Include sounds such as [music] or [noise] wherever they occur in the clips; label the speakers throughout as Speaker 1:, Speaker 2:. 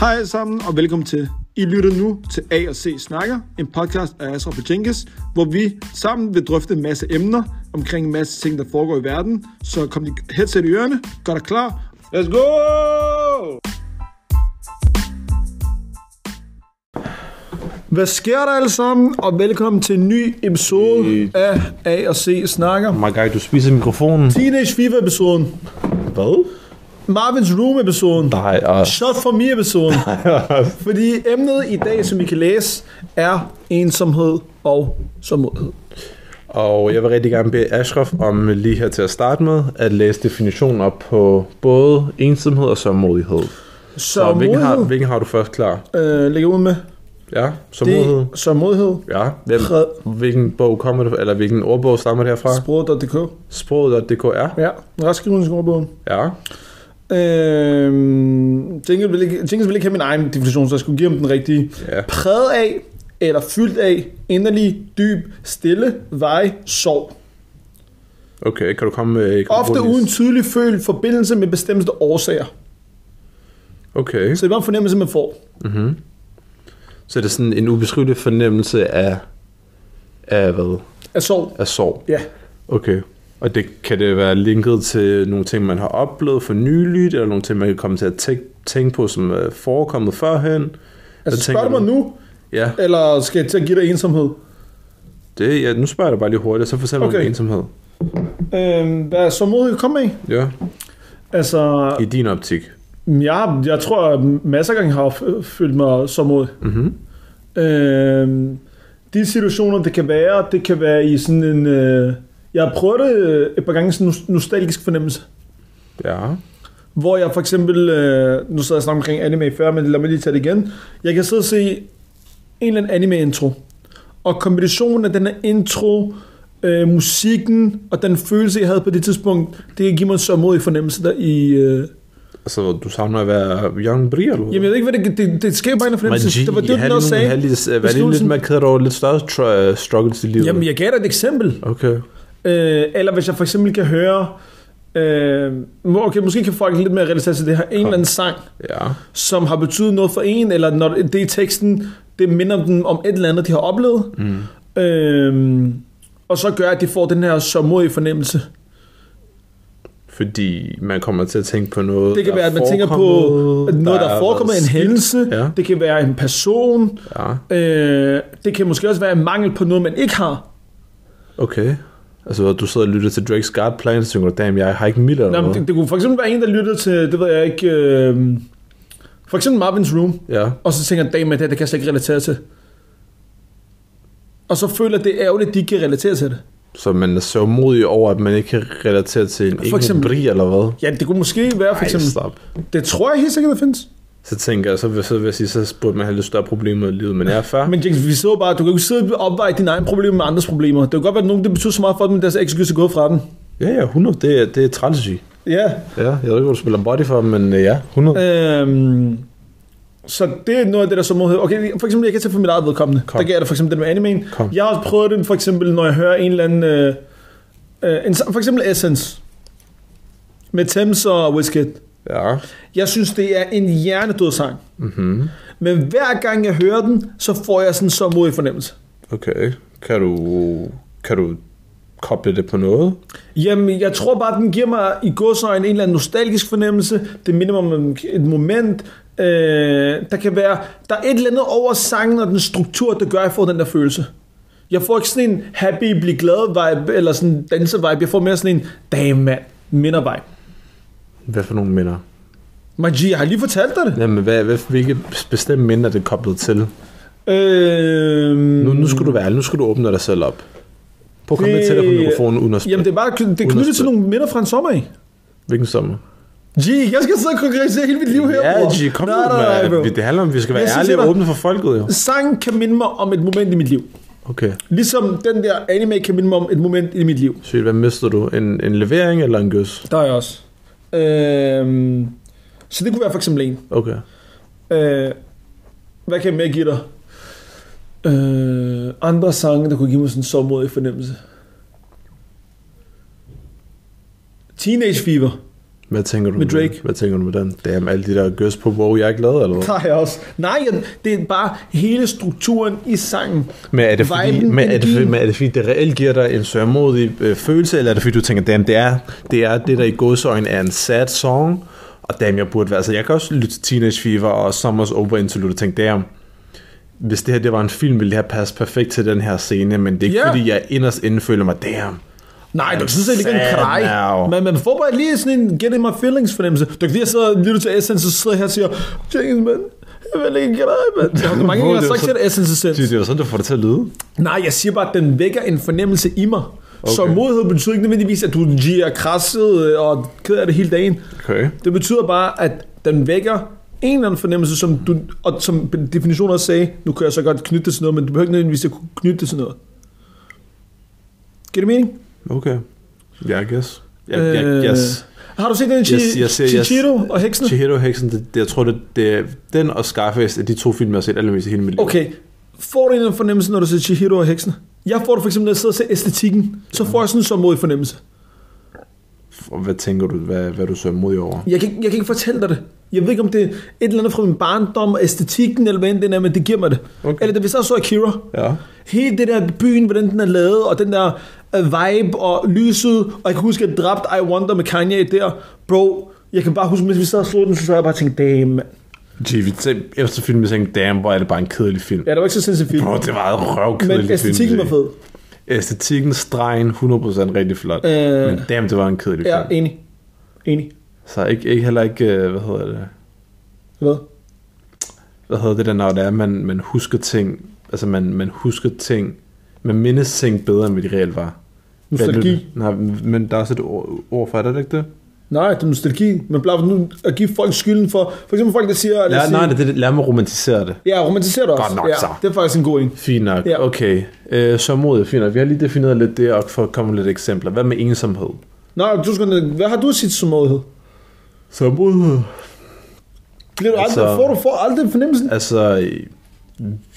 Speaker 1: Hej alle sammen, og velkommen til. I lytter nu til A og C Snakker, en podcast af Asra Pachinkes, hvor vi sammen vil drøfte en masse emner omkring en masse ting, der foregår i verden. Så kom dit headset i ørerne, gør dig klar. Let's go! Hvad sker der alle sammen, og velkommen til en ny episode af A og C Snakker.
Speaker 2: My guy, du spiser mikrofonen.
Speaker 1: Teenage Fever-episoden,
Speaker 2: Hvad?
Speaker 1: Marvins Room-episoden,
Speaker 2: Nej, og...
Speaker 1: Shot for
Speaker 2: [laughs]
Speaker 1: Me-episoden. Fordi emnet i dag, som I kan læse, er ensomhed og somodhed.
Speaker 2: og jeg vil rigtig gerne bede Ashraf om lige her til at starte med at læse definitionen op på både ensomhed og sørmodighed. Så hvilken har,
Speaker 1: Somodhed
Speaker 2: hvilken har du først klar?
Speaker 1: øh, lægger ud med.
Speaker 2: Ja, sørmodighed.
Speaker 1: Det er somodhed.
Speaker 2: Ja, hvem,
Speaker 1: Fred.
Speaker 2: hvilken bog kommer det Eller hvilken ordbog stammer det herfra?
Speaker 1: Sprog.dk.
Speaker 2: Sproget.dk er?
Speaker 1: Ja, restskrivningsordbogen.
Speaker 2: Ja.
Speaker 1: Øh, Jenkins ville, ikke, Jenkins ville ikke have min egen definition, så jeg skulle give ham den rigtige.
Speaker 2: Ja.
Speaker 1: Præget af, eller fyldt af, inderlig, dyb, stille, vej, sorg.
Speaker 2: Okay, kan du komme med... kan du
Speaker 1: Ofte
Speaker 2: bruge
Speaker 1: uden
Speaker 2: lige-
Speaker 1: tydelig føl forbindelse med bestemte årsager.
Speaker 2: Okay,
Speaker 1: Så det er bare en fornemmelse, man får.
Speaker 2: så er det sådan en ubeskrivelig fornemmelse af... Af hvad?
Speaker 1: Af sorg.
Speaker 2: Af sorg.
Speaker 1: Ja.
Speaker 2: Okay. Og det, kan det være linket til nogle ting, man har oplevet for nyligt, eller nogle ting, man kan komme til at tænke, tænke på, som er forekommet førhen?
Speaker 1: Altså,
Speaker 2: tænker
Speaker 1: spørger du mig
Speaker 2: du?
Speaker 1: nu,
Speaker 2: Ja,
Speaker 1: eller skal jeg til at give dig ensomhed?
Speaker 2: det, ja nu spørger jeg dig bare lige hurtigt, og så fortæl mig
Speaker 1: Okay.
Speaker 2: om ensomhed.
Speaker 1: Øhm, hvad er så modig kom med?
Speaker 2: Ja,
Speaker 1: Altså,
Speaker 2: i din optik.
Speaker 1: jeg, jeg tror, at masser af gange har f- følt mig så modig.
Speaker 2: Mm-hmm.
Speaker 1: Øhm, de situationer, det kan være, det kan være i sådan en... Øh, jeg har prøvet det øh, et par gange sådan en nos- nostalgisk fornemmelse.
Speaker 2: Ja.
Speaker 1: Hvor jeg for eksempel, øh, nu sad jeg og snakkede omkring anime før, men lad mig lige tage det igen. Jeg kan sidde og se en eller anden anime intro. Og kombinationen af den her intro, øh, musikken og den følelse, jeg havde på det tidspunkt, det kan give mig en så modig fornemmelse der i... Øh...
Speaker 2: Altså, du savner at være young bri, eller hvad?
Speaker 1: Jamen jeg ved ikke, hvad det, det, det skaber bare en
Speaker 2: Men
Speaker 1: fornemmelse.
Speaker 2: G,
Speaker 1: det var det,
Speaker 2: have
Speaker 1: du
Speaker 2: lige
Speaker 1: også
Speaker 2: nogle- have
Speaker 1: sagde.
Speaker 2: lige- øh, Vær lige lidt
Speaker 1: Beskrivelsen-
Speaker 2: mere ked over lidt større tr- struggles i livet.
Speaker 1: Jamen jeg gav dig et eksempel.
Speaker 2: Okay.
Speaker 1: Øh, eller hvis jeg for eksempel kan høre... Øh, okay, måske kan folk lidt mere relatere til det her. En eller anden sang,
Speaker 2: Ja.
Speaker 1: som har betydet noget for en, eller når det er i teksten, det minder dem om et eller andet, de har oplevet.
Speaker 2: Mm.
Speaker 1: Øhm, og så gør, at de får den her sørmodige fornemmelse.
Speaker 2: Fordi man kommer til at tænke på noget,
Speaker 1: Det kan
Speaker 2: der
Speaker 1: være,
Speaker 2: er
Speaker 1: at man tænker på
Speaker 2: forekommet,
Speaker 1: noget, der
Speaker 2: er
Speaker 1: er forekommet
Speaker 2: været
Speaker 1: en hændelse.
Speaker 2: Ja.
Speaker 1: Det kan være en person.
Speaker 2: sk- Ja.
Speaker 1: Øh, det kan måske også være en mangel på noget, man ikke har.
Speaker 2: Okay. Altså, hvor du sidder og lytter til Drake's God Plan, og så tænker du, damn, jeg har ikke Miller
Speaker 1: Nå,
Speaker 2: eller
Speaker 1: men
Speaker 2: noget.
Speaker 1: det, det kunne for eksempel være en, der lytter til, det ved jeg ikke, øh, for eksempel Marvin's Room,
Speaker 2: Ja,
Speaker 1: og så tænker, damn, det, her, det kan jeg slet ikke relatere til. Og så føler det er ærgerligt, at de ikke kan relatere til det.
Speaker 2: så man er så modig over, at man ikke kan relatere til en egen
Speaker 1: eksempel-
Speaker 2: bri eller hvad.
Speaker 1: Ja, det kunne måske være for
Speaker 2: Ej,
Speaker 1: eksempel...
Speaker 2: slap.
Speaker 1: Det tror jeg helt sikkert, der findes.
Speaker 2: Så tænker jeg, så, vil- så vil jeg sige, så burde man have lidt større problemer i livet, men jeg er fair.
Speaker 1: Men James, vi så bare, du kan jo ikke sidde og opveje dine egne problemer med andres problemer. Det kan godt være, at nogen det betyder så meget for dem, at deres eksekution er gået fra dem.
Speaker 2: Ja, ja, 100, det er, det er trælssyg.
Speaker 1: Ja.
Speaker 2: Ja, jeg ved ikke, hvor du spiller body for, men øh, ja, 100.
Speaker 1: Øhm, så det er noget af det, der så måde Okay, for eksempel, jeg kan tage for mit eget vedkommende. Kom.
Speaker 2: Kom.
Speaker 1: Der gør jeg det for eksempel det med animen.
Speaker 2: Kom.
Speaker 1: Jeg har også prøvet det, for eksempel, når jeg hører en eller anden... Øh, øh, en, for eksempel Essence. Med Thames og Wizkid.
Speaker 2: Ja.
Speaker 1: Jeg synes, det er en hjernedød sang.
Speaker 2: Mm-hmm.
Speaker 1: Men hver gang jeg hører den, så får jeg sådan så modig fornemmelse.
Speaker 2: Okay. Kan du, kan du koble det på noget?
Speaker 1: Jamen, jeg tror bare, den giver mig i godsøjne en eller anden nostalgisk fornemmelse. Det minder mig om et moment. Øh, der kan være, der er et eller andet over sangen og den struktur, der gør, at jeg får den der følelse. Jeg får ikke sådan en happy, bliv glad vibe, eller sådan en danse vibe. Jeg får mere sådan en, damn mand, minder vibe.
Speaker 2: Hvad for nogle minder?
Speaker 1: Magi, jeg har lige fortalt dig det.
Speaker 2: Jamen, hvad, hvad, hvilke bestemte minder er det koblet til?
Speaker 1: Øh,
Speaker 2: Nu, nu skal du være ærlig. nu skal du åbne dig selv op. Prøv at komme lidt
Speaker 1: Det-
Speaker 2: tættere på mikrofonen uden at
Speaker 1: Jamen,
Speaker 2: spørge.
Speaker 1: det er bare det er knyttet til nogle minder fra en sommer i.
Speaker 2: Hvilken sommer?
Speaker 1: G, jeg skal sidde og konkretisere hele mit liv her,
Speaker 2: Ja,
Speaker 1: bror.
Speaker 2: G, kom nu,
Speaker 1: Nej, nej, nej, bro.
Speaker 2: mand. Vi- Det handler om, at vi skal være
Speaker 1: Jeg siger
Speaker 2: ærlige
Speaker 1: til
Speaker 2: og
Speaker 1: dig-
Speaker 2: åbne for folket, jo.
Speaker 1: Sangen kan minde mig om et moment i mit liv.
Speaker 2: Okay.
Speaker 1: Ligesom den der anime kan minde mig om et moment i mit liv.
Speaker 2: Sygt, hvad mister du? En, en levering eller en gøs?
Speaker 1: Der er jeg også. Øhm, så det kunne være for eksempel en.
Speaker 2: Okay.
Speaker 1: Øh, hvad kan jeg mere give dig? Øh, andre sange, der kunne give mig sådan en sommermodig fornemmelse. Teenage Fever.
Speaker 2: Hvad tænker du
Speaker 1: Med
Speaker 2: den?
Speaker 1: Drake.
Speaker 2: Hvad tænker du med den? Damn, alle de der gøs på, wow, jeg er ikke lavet, eller hvad?
Speaker 1: Der er jeg også. Nej, jeg, det er bare hele strukturen i sangen.
Speaker 2: Men er det fordi,
Speaker 1: Viben,
Speaker 2: men er det, fordi-
Speaker 1: energien.
Speaker 2: men er det, fordi det reelt giver dig en sørmodig øh, følelse, eller er det fordi, du tænker, damn, det er det, er det der i godsøjen er en sad song, og damn, jeg burde være... Altså, jeg kan også lytte til Teenage Fever og Summers Over Interlude og tænke, damn, hvis det her det var en film, ville det her passe perfekt til den her scene, men det er ikke
Speaker 1: Ja.
Speaker 2: yeah. fordi, jeg inderst inde føler mig, damn.
Speaker 1: Nej, du kan sådan set ikke en
Speaker 2: Sad
Speaker 1: krej.
Speaker 2: now.
Speaker 1: Men man får bare lige sådan en get in my feelings fornemmelse. Du kan ikke lige sidde og lytte til Essence, og sidder her og siger, Jenkins, mand, jeg vil ikke græde, mand.
Speaker 2: [laughs]
Speaker 1: Det har du mange
Speaker 2: Hvor
Speaker 1: gange
Speaker 2: er
Speaker 1: jeg
Speaker 2: det
Speaker 1: har sagt
Speaker 2: så-
Speaker 1: til dig, Essence Essence.
Speaker 2: Det er jo sådan, du får det til at lyde.
Speaker 1: Nej, jeg siger bare, at den vækker en fornemmelse i mig. Okay.
Speaker 2: Okay.
Speaker 1: Så modhed betyder ikke nødvendigvis, at du er krasset øh, og ked af det hele dagen.
Speaker 2: Okay.
Speaker 1: Det betyder bare, at den vækker en eller anden fornemmelse, som du, og som definitionen også sagde, nu kan jeg så godt knytte det til noget, men du behøver ikke nødvendigvis at kunne knytte det til noget. Giver det mening?
Speaker 2: Okay. Ja, yeah, I guess. Ja, yeah,
Speaker 1: Øh,
Speaker 2: yeah, yes.
Speaker 1: Har du set den
Speaker 2: Jeg siger-
Speaker 1: Chi-
Speaker 2: jeg siger- jeg-
Speaker 1: Chichiro og heksene?
Speaker 2: Chihiro Hexen, det, det, jeg tror, det, det, er- den og Scarface er de to film, jeg har set allermest i hele mit liv.
Speaker 1: Okay. Får du en eller anden fornemmelse, når du ser Chihiro og heksene? Jeg får det for eksempel, når jeg sidder og ser æstetikken, så får jeg sådan en sørmodig fornemmelse.
Speaker 2: Og hvad tænker du, hvad, hvad er du så modig over?
Speaker 1: Jeg kan, ikke- jeg kan ikke fortælle dig det. Jeg ved ikke, om det er et eller andet fra min barndom, æstetikken eller hvad end det er, men det giver mig det. Okay.
Speaker 2: Okay.
Speaker 1: Eller da vi så så Akira.
Speaker 2: Ja.
Speaker 1: Hele det der byen, hvordan den er lavet, og den der øh, vibe og lyset, og jeg kan huske, at jeg dræbte I Wonder med Kanye der. Bro, jeg kan bare huske, mens vi sad og slog den, så sad jeg bare og tænkte, damn, mand.
Speaker 2: Gee, vi tæ- efter filmen tænkte, damn, hvor er det bare en kedelig film.
Speaker 1: Ja, det var ikke så sindssygt film.
Speaker 2: Bro, det var en røvkedelig
Speaker 1: Men
Speaker 2: film.
Speaker 1: æstetikken var
Speaker 2: det.
Speaker 1: fed.
Speaker 2: Æstetikken, stregen, 100% rigtig flot.
Speaker 1: Øh.
Speaker 2: Men damn, det var en kedelig
Speaker 1: Ja,
Speaker 2: film.
Speaker 1: enig. Enig.
Speaker 2: Så ikke, ikke heller ikke, øh, hvad hedder det,
Speaker 1: Hvad?
Speaker 2: hvad hedder det der, når det er, man, man husker ting, altså man, man husker ting, man mindes ting bedre, end hvad de reelt var. Hvad er det,
Speaker 1: Nostalgi.
Speaker 2: du- Nej, men der er også et ord, ord for, er der ikke det?
Speaker 1: Nej, det er nostalgi. Men blot nu at give folk skylden for... For eksempel folk, der siger... lad os
Speaker 2: Ja, nej,
Speaker 1: sige-
Speaker 2: det, det, lad mig romantisere det.
Speaker 1: Ja, romantiserer det også.
Speaker 2: Godt nok,
Speaker 1: ja,
Speaker 2: så.
Speaker 1: Det er faktisk en god en.
Speaker 2: Fint nok,
Speaker 1: Ja.
Speaker 2: ja. okay. Øh, så modig, fint nok. Vi har lige defineret lidt det, og for at komme med lidt eksempler. Hvad med ensomhed?
Speaker 1: Nå, du skal, hvad har du sit som måde?
Speaker 2: Sammodighed?
Speaker 1: Bliver du aldrig,
Speaker 2: Altså-
Speaker 1: får du får aldrig fornemmelsen?
Speaker 2: Altså,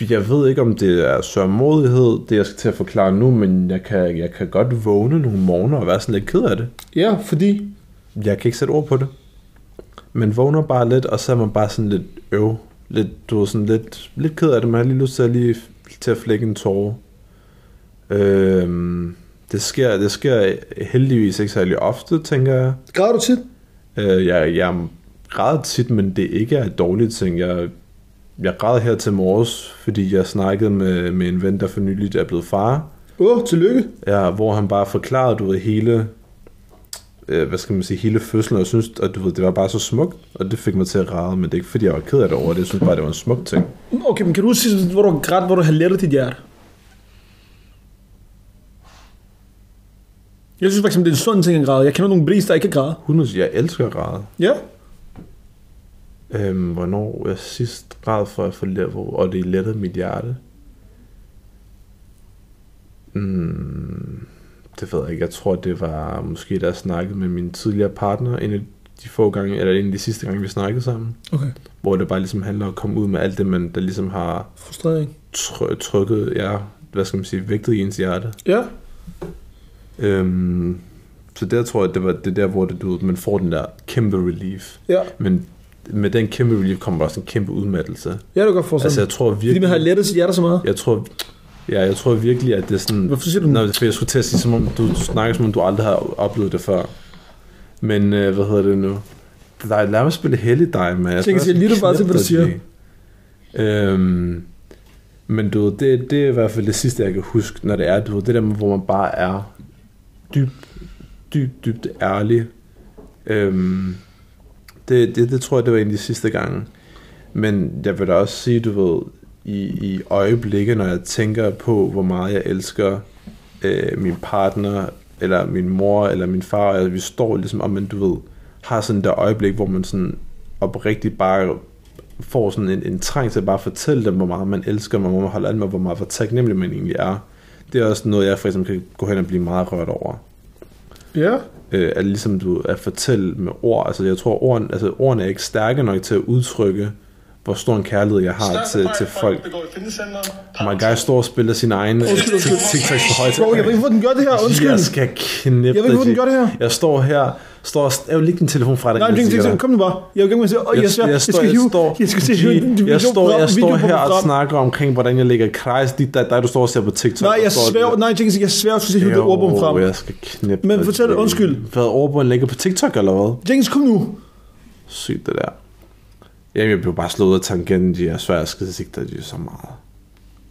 Speaker 2: jeg ved ikke, om det er sørmodighed, det jeg skal til at forklare nu, men jeg kan, jeg kan godt vågne nogle morgener og være sådan lidt ked af det.
Speaker 1: Ja, fordi...
Speaker 2: Jeg kan ikke sætte ord på det. Man vågner bare lidt, og så er man bare sådan lidt øv. Lidt, du er sådan lidt, lidt ked af det. Man har lige lyst til at, lige, til at flække en tårer. Øhm, det, sker, det sker heldigvis ikke særlig ofte, tænker jeg.
Speaker 1: Græder du tit?
Speaker 2: Øh, jeg, jeg græder tit, men det ikke er et dårligt ting. Jeg, jeg græd her til morges, fordi jeg snakkede med, med en ven, der for nyligt er blevet far.
Speaker 1: Åh, oh, tillykke.
Speaker 2: Ja, hvor han bare forklarede, du ved, hele, øh, hvad skal man sige, hele fødslen, og jeg synes, at du ved, det var bare så smukt, og det fik mig til at græde, men det er ikke, fordi jeg var ked af det over det, jeg synes bare, det var en smuk ting.
Speaker 1: Okay, men kan du huske, sidst, hvor du græd, hvor du havde lettet dit hjerte? Jeg synes faktisk, det er en sund ting at græde. Jeg kender nogle bris, der ikke kan græde.
Speaker 2: 100, jeg elsker at græde.
Speaker 1: Ja.
Speaker 2: Øhm, hvornår jeg sidst græd for at få level, og det lettede mit hjerte? Mm, det ved jeg ikke. Jeg tror, det var måske, da jeg snakkede med min tidligere partner, en af de få gange, eller en af de sidste gange, vi snakkede sammen,
Speaker 1: Okay.
Speaker 2: hvor det bare ligesom handler om at komme ud med alt det, man der ligesom har
Speaker 1: Frustrering.
Speaker 2: try- trykket, ja, hvad skal man sige, vægtet i ens hjerte.
Speaker 1: Ja.
Speaker 2: Øhm, så der tror jeg, det var det der, hvor det, du, ved, man får den der kæmpe relief.
Speaker 1: Ja.
Speaker 2: Men med den kæmpe relief kommer også en kæmpe udmattelse.
Speaker 1: Ja, det kan godt forstå.
Speaker 2: Altså,
Speaker 1: Altså,
Speaker 2: jeg tror
Speaker 1: fordi man har
Speaker 2: virkelig...
Speaker 1: lettet sit hjerte så meget.
Speaker 2: Jeg tror, ja, jeg tror virkelig, at det er sådan...
Speaker 1: Hvorfor siger du den?
Speaker 2: Nå, for jeg skulle til at sige, som om du snakker, som om du aldrig har oplevet det før. Men, øh, hvad hedder det nu? Nej, lad mig spille heldig dig, med.
Speaker 1: Tænk, jeg lytter bare til, hvad du siger.
Speaker 2: Øhm, men du ved, det, det er i hvert fald det sidste, jeg kan huske, når det er, du ved, det der med, hvor man bare er dybt, dybt, dybt ærlig. Øhm, det, det, det tror jeg, det var en af de sidste gange. Men jeg vil da også sige, du ved, i, i øjeblikket, når jeg tænker på, hvor meget jeg elsker øh, min partner, eller min mor, eller min far, og jeg- vi står ligesom, og man, du ved, har sådan der øjeblik, hvor man sådan oprigtigt bare får sådan en, en trang til at bare fortælle dem, hvor meget man elsker, hvor meget man holder af dem, og hvor meget hvor taknemmelig man egentlig er. Det er også noget, jeg for eksempel kan gå hen og blive meget rørt over
Speaker 1: Ja.
Speaker 2: øh, at ligesom du at fortælle med ord. Altså jeg tror, orden, altså, ordene er ikke stærke nok til at udtrykke, hvor stor en kærlighed jeg har til, til folk. My guy står og spiller sin egen
Speaker 1: Undskyld, undskyld.
Speaker 2: TikToks på højt.
Speaker 1: Bro, jeg ved ikke, hvor den gør det her. Undskyld.
Speaker 2: Altså, Jeg skal knæppe
Speaker 1: Jeg ved ikke, hvor den
Speaker 2: dig.
Speaker 1: gør det her.
Speaker 2: Jeg står her, står og... Jeg vil lægge din telefon fra dig.
Speaker 1: Nej,
Speaker 2: kan
Speaker 1: det
Speaker 2: jeg
Speaker 1: er
Speaker 2: sige
Speaker 1: ikke
Speaker 2: dig.
Speaker 1: det. Kom nu bare. Jeg vil gerne sige, åh, jeg, jeg, jeg,
Speaker 2: står-
Speaker 1: skal hive, jeg skal se
Speaker 2: G,
Speaker 1: en video
Speaker 2: jeg står, jeg
Speaker 1: på-
Speaker 2: står
Speaker 1: video på
Speaker 2: her og
Speaker 1: programmet.
Speaker 2: snakker omkring, hvordan jeg lægger krejs. Dit, der, der, du står og ser på TikTok.
Speaker 1: Nej,
Speaker 2: og
Speaker 1: jeg
Speaker 2: står-
Speaker 1: sværger, nej, jeg tænker, jeg sværger, at skulle se hive det
Speaker 2: Jo,
Speaker 1: ordbom frem.
Speaker 2: Jeg skal knæppe
Speaker 1: Men
Speaker 2: dig.
Speaker 1: fortæl, undskyld.
Speaker 2: Hvad ordbogen ligger på TikTok, eller hvad?
Speaker 1: Jenkins, kom nu.
Speaker 2: Sygt det der. Jamen, jeg blev bare slået af tangenten, de er svært, jeg skal sigte de er så meget.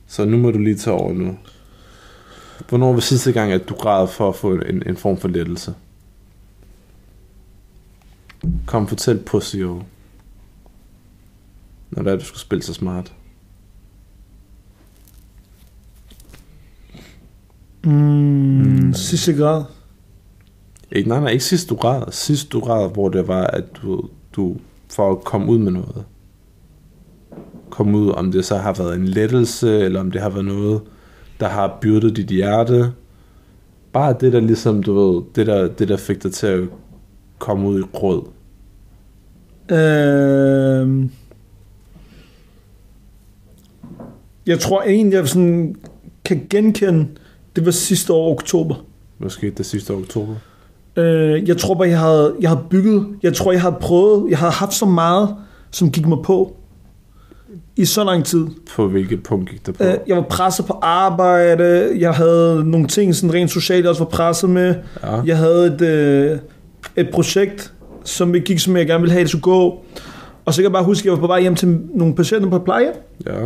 Speaker 2: Så nu må du lige tage over nu. Hvornår var sidste gang, at du græd for at få en, en form for lettelse? Kom, fortæl pussy jo. Når det er, du skal spille så smart.
Speaker 1: Mm, sidste grad.
Speaker 2: Ikke, nej, nej, ikke sidst du græd. Sidst du græd, hvor det var, at du, du for at komme ud med noget. Kom ud, om det så har været en lettelse, eller om det har været noget, der har byrdet dit hjerte. Bare det, der ligesom, du ved, det der, det der fik dig til at komme ud i råd.
Speaker 1: Øhm, jeg tror en, jeg sådan kan genkende, det var sidste år oktober.
Speaker 2: Måske det sidste oktober.
Speaker 1: Øh, jeg tror bare, jeg havde, jeg havde bygget, jeg tror, jeg havde prøvet, jeg havde haft så meget, som gik mig på i så lang tid.
Speaker 2: På hvilket punkt gik det på?
Speaker 1: Øh, jeg var presset på arbejde, jeg havde nogle ting, sådan rent socialt, jeg også var presset med.
Speaker 2: ja.
Speaker 1: Jeg havde et, øh, et projekt, som ikke gik, som jeg gerne ville have, det skulle gå. Og så kan jeg bare huske, at jeg var på vej hjem til nogle patienter på et plejehjem.
Speaker 2: ja,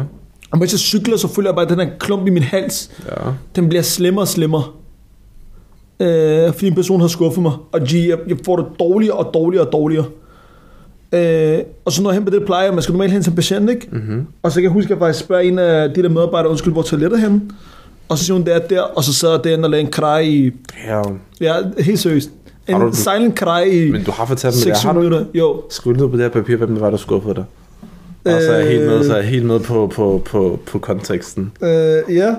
Speaker 1: Og mens jeg cykler, så føler jeg bare, at den her klump i min hals,
Speaker 2: ja.
Speaker 1: den bliver slemmere og slemmere. Øh, fordi en person har skuffet mig, og G, jeg, jeg får det dårligere og dårligere og dårligere. Øh, og så når jeg hen på det plejer, man skal normalt hen til en patient, ikke?
Speaker 2: Mm-hmm.
Speaker 1: Og så kan jeg huske, at jeg faktisk spørger en af de der medarbejdere, undskyld, hvor er toilettet henne? Og så siger hun, det er der, og så sad jeg derinde og lavede en krej i,
Speaker 2: Damn.
Speaker 1: ja, helt seriøst. En
Speaker 2: Har du-
Speaker 1: silent krej i
Speaker 2: Men du har fortalt mig det.
Speaker 1: 6
Speaker 2: Har du,
Speaker 1: minutter. Jo,
Speaker 2: Skriv ned på det her papir, hvem det var, der skuffede dig. Og så er jeg helt med, så er jeg helt med på, på, på, på konteksten.
Speaker 1: øh, ja.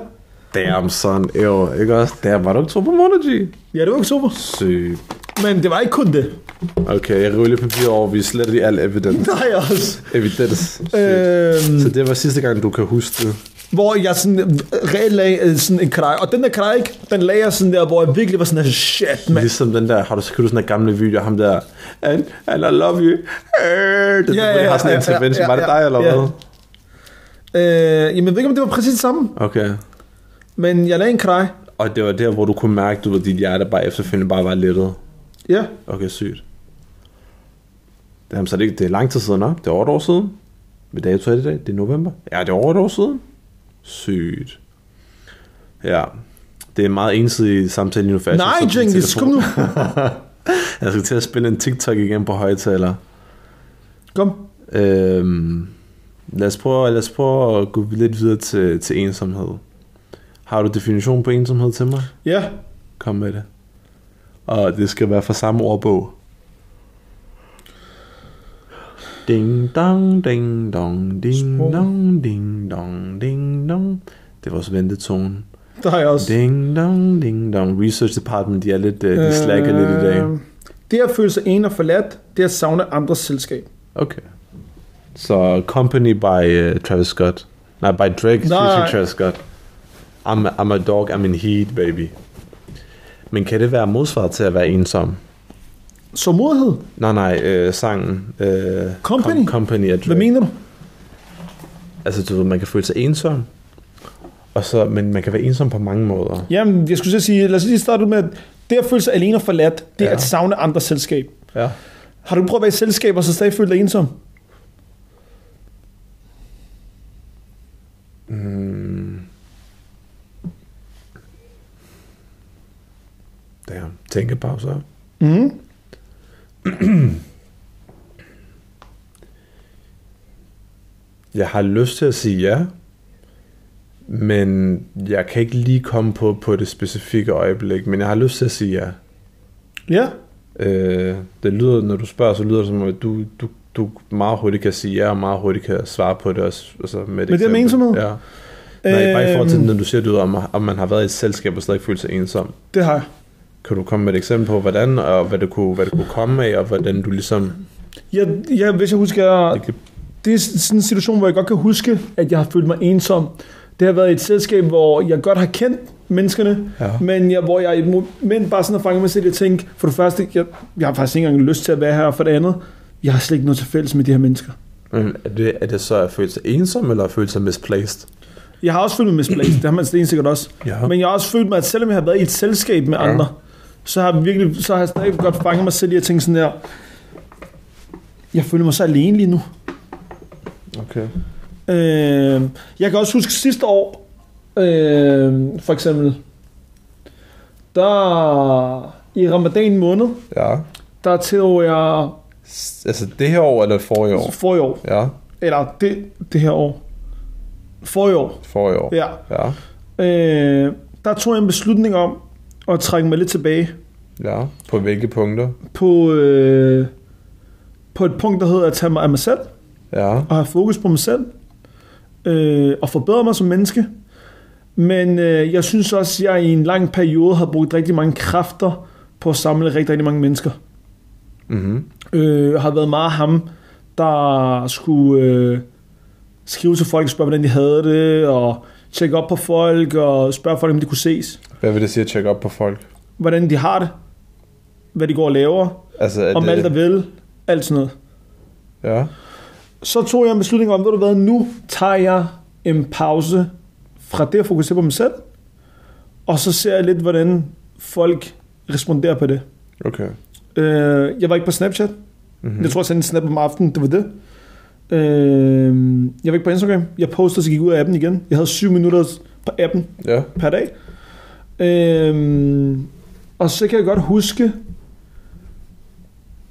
Speaker 2: Damn, son. Jo, ikke også? Damn, var du ikke tro på Monogy?
Speaker 1: Ja, det var oktober.
Speaker 2: Sygt.
Speaker 1: Men det var ikke kun det. [laughs]
Speaker 2: Okay, jeg river lige papiret over. Vi sletter lige al evidens.
Speaker 1: Nej, også.
Speaker 2: Evidens. Sygt.
Speaker 1: Øhm.
Speaker 2: Så det var sidste gang, du kan huske det.
Speaker 1: Hvor jeg sådan øh, reelt lag øh, sådan en kraj. Og den der kraj, ikke? den lagde jeg sådan der, hvor jeg virkelig var sådan der, shit,
Speaker 2: Men.
Speaker 1: mand.
Speaker 2: Ligesom den der, har du skrevet sådan en gamle video af ham der, and, and I love you. Øh, det,
Speaker 1: Ja,
Speaker 2: ja, ja,
Speaker 1: ja,
Speaker 2: har sådan
Speaker 1: ja,
Speaker 2: en intervention.
Speaker 1: ja,
Speaker 2: var det
Speaker 1: ja,
Speaker 2: dig eller
Speaker 1: ja.
Speaker 2: hvad?
Speaker 1: Øh, jamen, jeg ved ikke, om det var præcis det samme,
Speaker 2: Okay.
Speaker 1: men jeg lagde en kraj.
Speaker 2: Og det var der, hvor du kunne mærke, du ved, dit hjerte bare efterfølgende bare var lettet.
Speaker 1: Ja.
Speaker 2: Okay, sygt. Jamen, så er det, ikke- det er lang tid siden, nå? Det er over et år siden. Hvad dato er det i dag? Det er november. Ja, det er over et år siden. Sygt. Ja. Det er en meget ensidig samtale lige nu, faktisk.
Speaker 1: Nej, Jenkins, kom nu.
Speaker 2: [laughs] Jeg skal til at spille en TikTok igen på højtaler.
Speaker 1: Kom.
Speaker 2: Øhm, lad, os prøve, lad os prøve at gå lidt videre til, til ensomhed. Har du definition på ensomhed til mig?
Speaker 1: Ja.
Speaker 2: Kom med det. Og det skal være fra samme ordbog. Ding dong, ding dong, ding
Speaker 1: Sprog.
Speaker 2: dong, ding dong, ding dong. Det var vores ventetone.
Speaker 1: Der har jeg også.
Speaker 2: Ding dong, ding dong. Research Department, de er lidt, øh, de slacker lidt i dag.
Speaker 1: Øh, Det at føle sig en og forladt, det er at savne andres selskab.
Speaker 2: Okay. Så Company by uh, Travis Scott. Nej, by Drake featuring Travis Scott. I'm, I'm a dog, I'm in heat, baby. Men kan det være modsvaret til at være ensom?
Speaker 1: Så modhed.
Speaker 2: Nej, nej, øh, sangen. Øh,
Speaker 1: Company?
Speaker 2: Com- company af Drake.
Speaker 1: Hvad mener du?
Speaker 2: Altså, du ved, man kan føle sig ensom. Og så, men man kan være ensom på mange måder.
Speaker 1: Jamen, jeg skulle til at sige, lad os lige starte ud med, at det at føle sig alene og forladt, det er
Speaker 2: Ja.
Speaker 1: at savne andres selskab.
Speaker 2: Ja.
Speaker 1: Har du prøvet at være i selskab, og så stadig følt dig ensom?
Speaker 2: Mm. Damn. Tænkepauser.
Speaker 1: Mm.
Speaker 2: Mhm. Jeg har lyst til at sige ja, men jeg kan ikke lige komme på på det specifikke øjeblik, men jeg har lyst til at sige ja.
Speaker 1: Ja.
Speaker 2: Øh, det lyder, når du spørger, så lyder det som om, at du, du, du meget hurtigt kan sige ja, og meget hurtigt kan svare på det også. Altså med et
Speaker 1: det med
Speaker 2: eksempel.
Speaker 1: ensomhed?
Speaker 2: Ja. Nej, bare i forhold til,
Speaker 1: Øhm,
Speaker 2: når du siger, du, om, om man har været i et selskab og stadig følt sig ensom.
Speaker 1: Det har jeg.
Speaker 2: Kan du komme med et eksempel på, hvordan, og hvad det kunne, hvad det kunne komme af, og hvordan du ligesom...
Speaker 1: Jeg, jeg hvis jeg husker,
Speaker 2: Det kan-
Speaker 1: det er sådan en situation, hvor jeg godt kan huske, at jeg har følt mig ensom. Det har været et selskab, hvor jeg godt har kendt menneskerne,
Speaker 2: Ja.
Speaker 1: men jeg, hvor jeg i et moment bare sådan har fanget mig selv og tænkt, for det første, jeg, jeg har faktisk ikke engang lyst til at være her, og for det andet, jeg har slet ikke noget til fælles med de her mennesker.
Speaker 2: Men er det, er det så at føle sig ensom, eller at føle sig misplaced?
Speaker 1: Jeg har også følt mig misplaced, det har man sten sikkert også.
Speaker 2: Ja.
Speaker 1: Men jeg har også følt mig, at selvom jeg har været i et selskab med
Speaker 2: Ja.
Speaker 1: andre, så har, jeg virkelig, så har jeg stadig godt fanget mig selv i at tænke sådan der, jeg føler mig så alene lige nu.
Speaker 2: Okay.
Speaker 1: Øh, jeg kan også huske sidste år, øh, for eksempel, der i ramadan måned,
Speaker 2: Ja.
Speaker 1: der tog jeg
Speaker 2: S- altså det her år, eller forrige år?
Speaker 1: for i år,
Speaker 2: Ja,
Speaker 1: eller det, det her år, for i år,
Speaker 2: forrige år.
Speaker 1: ja,
Speaker 2: Ja,
Speaker 1: øh, der tog jeg en beslutning om at trække mig lidt tilbage
Speaker 2: ja. På hvilke punkter?
Speaker 1: på, øh, på et punkt, der hedder at tage mig af mig selv,
Speaker 2: Ja,
Speaker 1: og have fokus på mig selv, øh, og forbedre mig som menneske. Men øh, jeg synes også, at jeg i en lang periode har brugt rigtig mange kræfter på at samle rigtig, rigtig mange mennesker.
Speaker 2: mhm.
Speaker 1: Øh, jeg har været meget ham, der skulle øh, skrive til folk, spørge, hvordan de havde det, og tjekke op på folk, og spørge folk, om de kunne ses.
Speaker 2: Hvad vil det sige at tjekke op på folk?
Speaker 1: Hvordan de har det, hvad de går og laver,
Speaker 2: Altså, er
Speaker 1: om
Speaker 2: det...
Speaker 1: alt der vil, alt sådan noget.
Speaker 2: Ja,
Speaker 1: så tog jeg en beslutning om, ved du hvad, nu tager jeg en pause fra det at fokusere på mig selv, og så ser jeg lidt, hvordan folk responderer på det.
Speaker 2: okay.
Speaker 1: Øh, jeg var ikke på Snapchat.
Speaker 2: Mhm.
Speaker 1: Mm-hmm. Jeg tror, jeg sendte en snap om aftenen. Det var det. Øh, jeg var ikke på Instagram. Jeg postede, så gik jeg ud af appen igen. Jeg havde syv minutter på appen
Speaker 2: Ja,
Speaker 1: per dag. Øhm, og så kan jeg godt huske,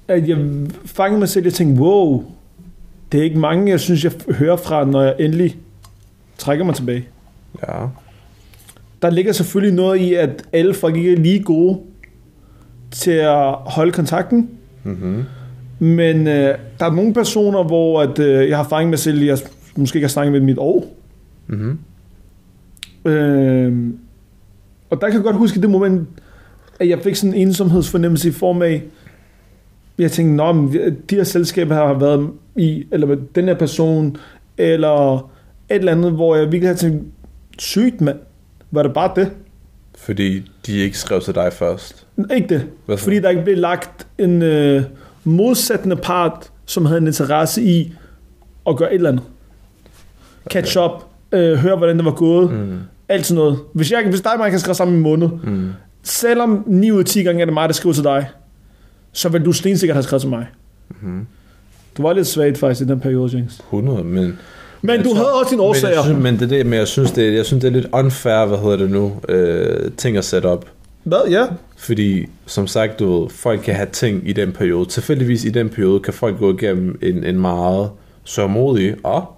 Speaker 1: at jeg fangede mig selv, jeg tænkte, wow, det er ikke mange, jeg synes, jeg hører fra, når jeg endelig trækker mig tilbage.
Speaker 2: ja.
Speaker 1: Der ligger selvfølgelig noget i, at alle folk ikke er lige gode til at holde kontakten,
Speaker 2: Mhm.
Speaker 1: men øh, der er nogle personer, hvor at, øh, jeg har fanget mig selv, i, at jeg måske ikke har snakket med dem i et år,
Speaker 2: Mhm.
Speaker 1: Øh, og der kan jeg godt huske det moment, at jeg fik sådan en ensomhedsfornemmelse i form af, jeg tænkte, nå, men de her selskaber har jeg været i, eller den her person, eller et eller andet, hvor jeg virkelig har tænkt, sygt mand, var det bare det?
Speaker 2: Fordi de ikke skrev til dig først.
Speaker 1: Ikke det.
Speaker 2: Hvad så?
Speaker 1: Fordi der ikke blev lagt en øh, modsættende part, som havde en interesse i at gøre et eller andet. Catch up, øh, høre hvordan det var gået,
Speaker 2: Mm.
Speaker 1: alt sådan noget. Hvis, jeg, hvis dig og mig kan skrive sammen i en måned,
Speaker 2: Mm.
Speaker 1: selvom 9 ud af 10 gange er det mig, der skriver til dig, så vil du stensikkert have skrevet til mig.
Speaker 2: Mhm.
Speaker 1: Du var lidt svagt faktisk i den periode, Jinx.
Speaker 2: 100, men...
Speaker 1: Men du
Speaker 2: så-
Speaker 1: havde også dine årsager.
Speaker 2: Altså, Men, jeg synes, men det er det, men jeg synes, det er, jeg synes, det er lidt unfair, hvad hedder det nu, øh, ting at sætte op.
Speaker 1: Hvad? Ja.
Speaker 2: Fordi, som sagt, du ved, folk kan have ting i den periode. Tilfældigvis i den periode kan folk gå igennem en, en meget sørmodig og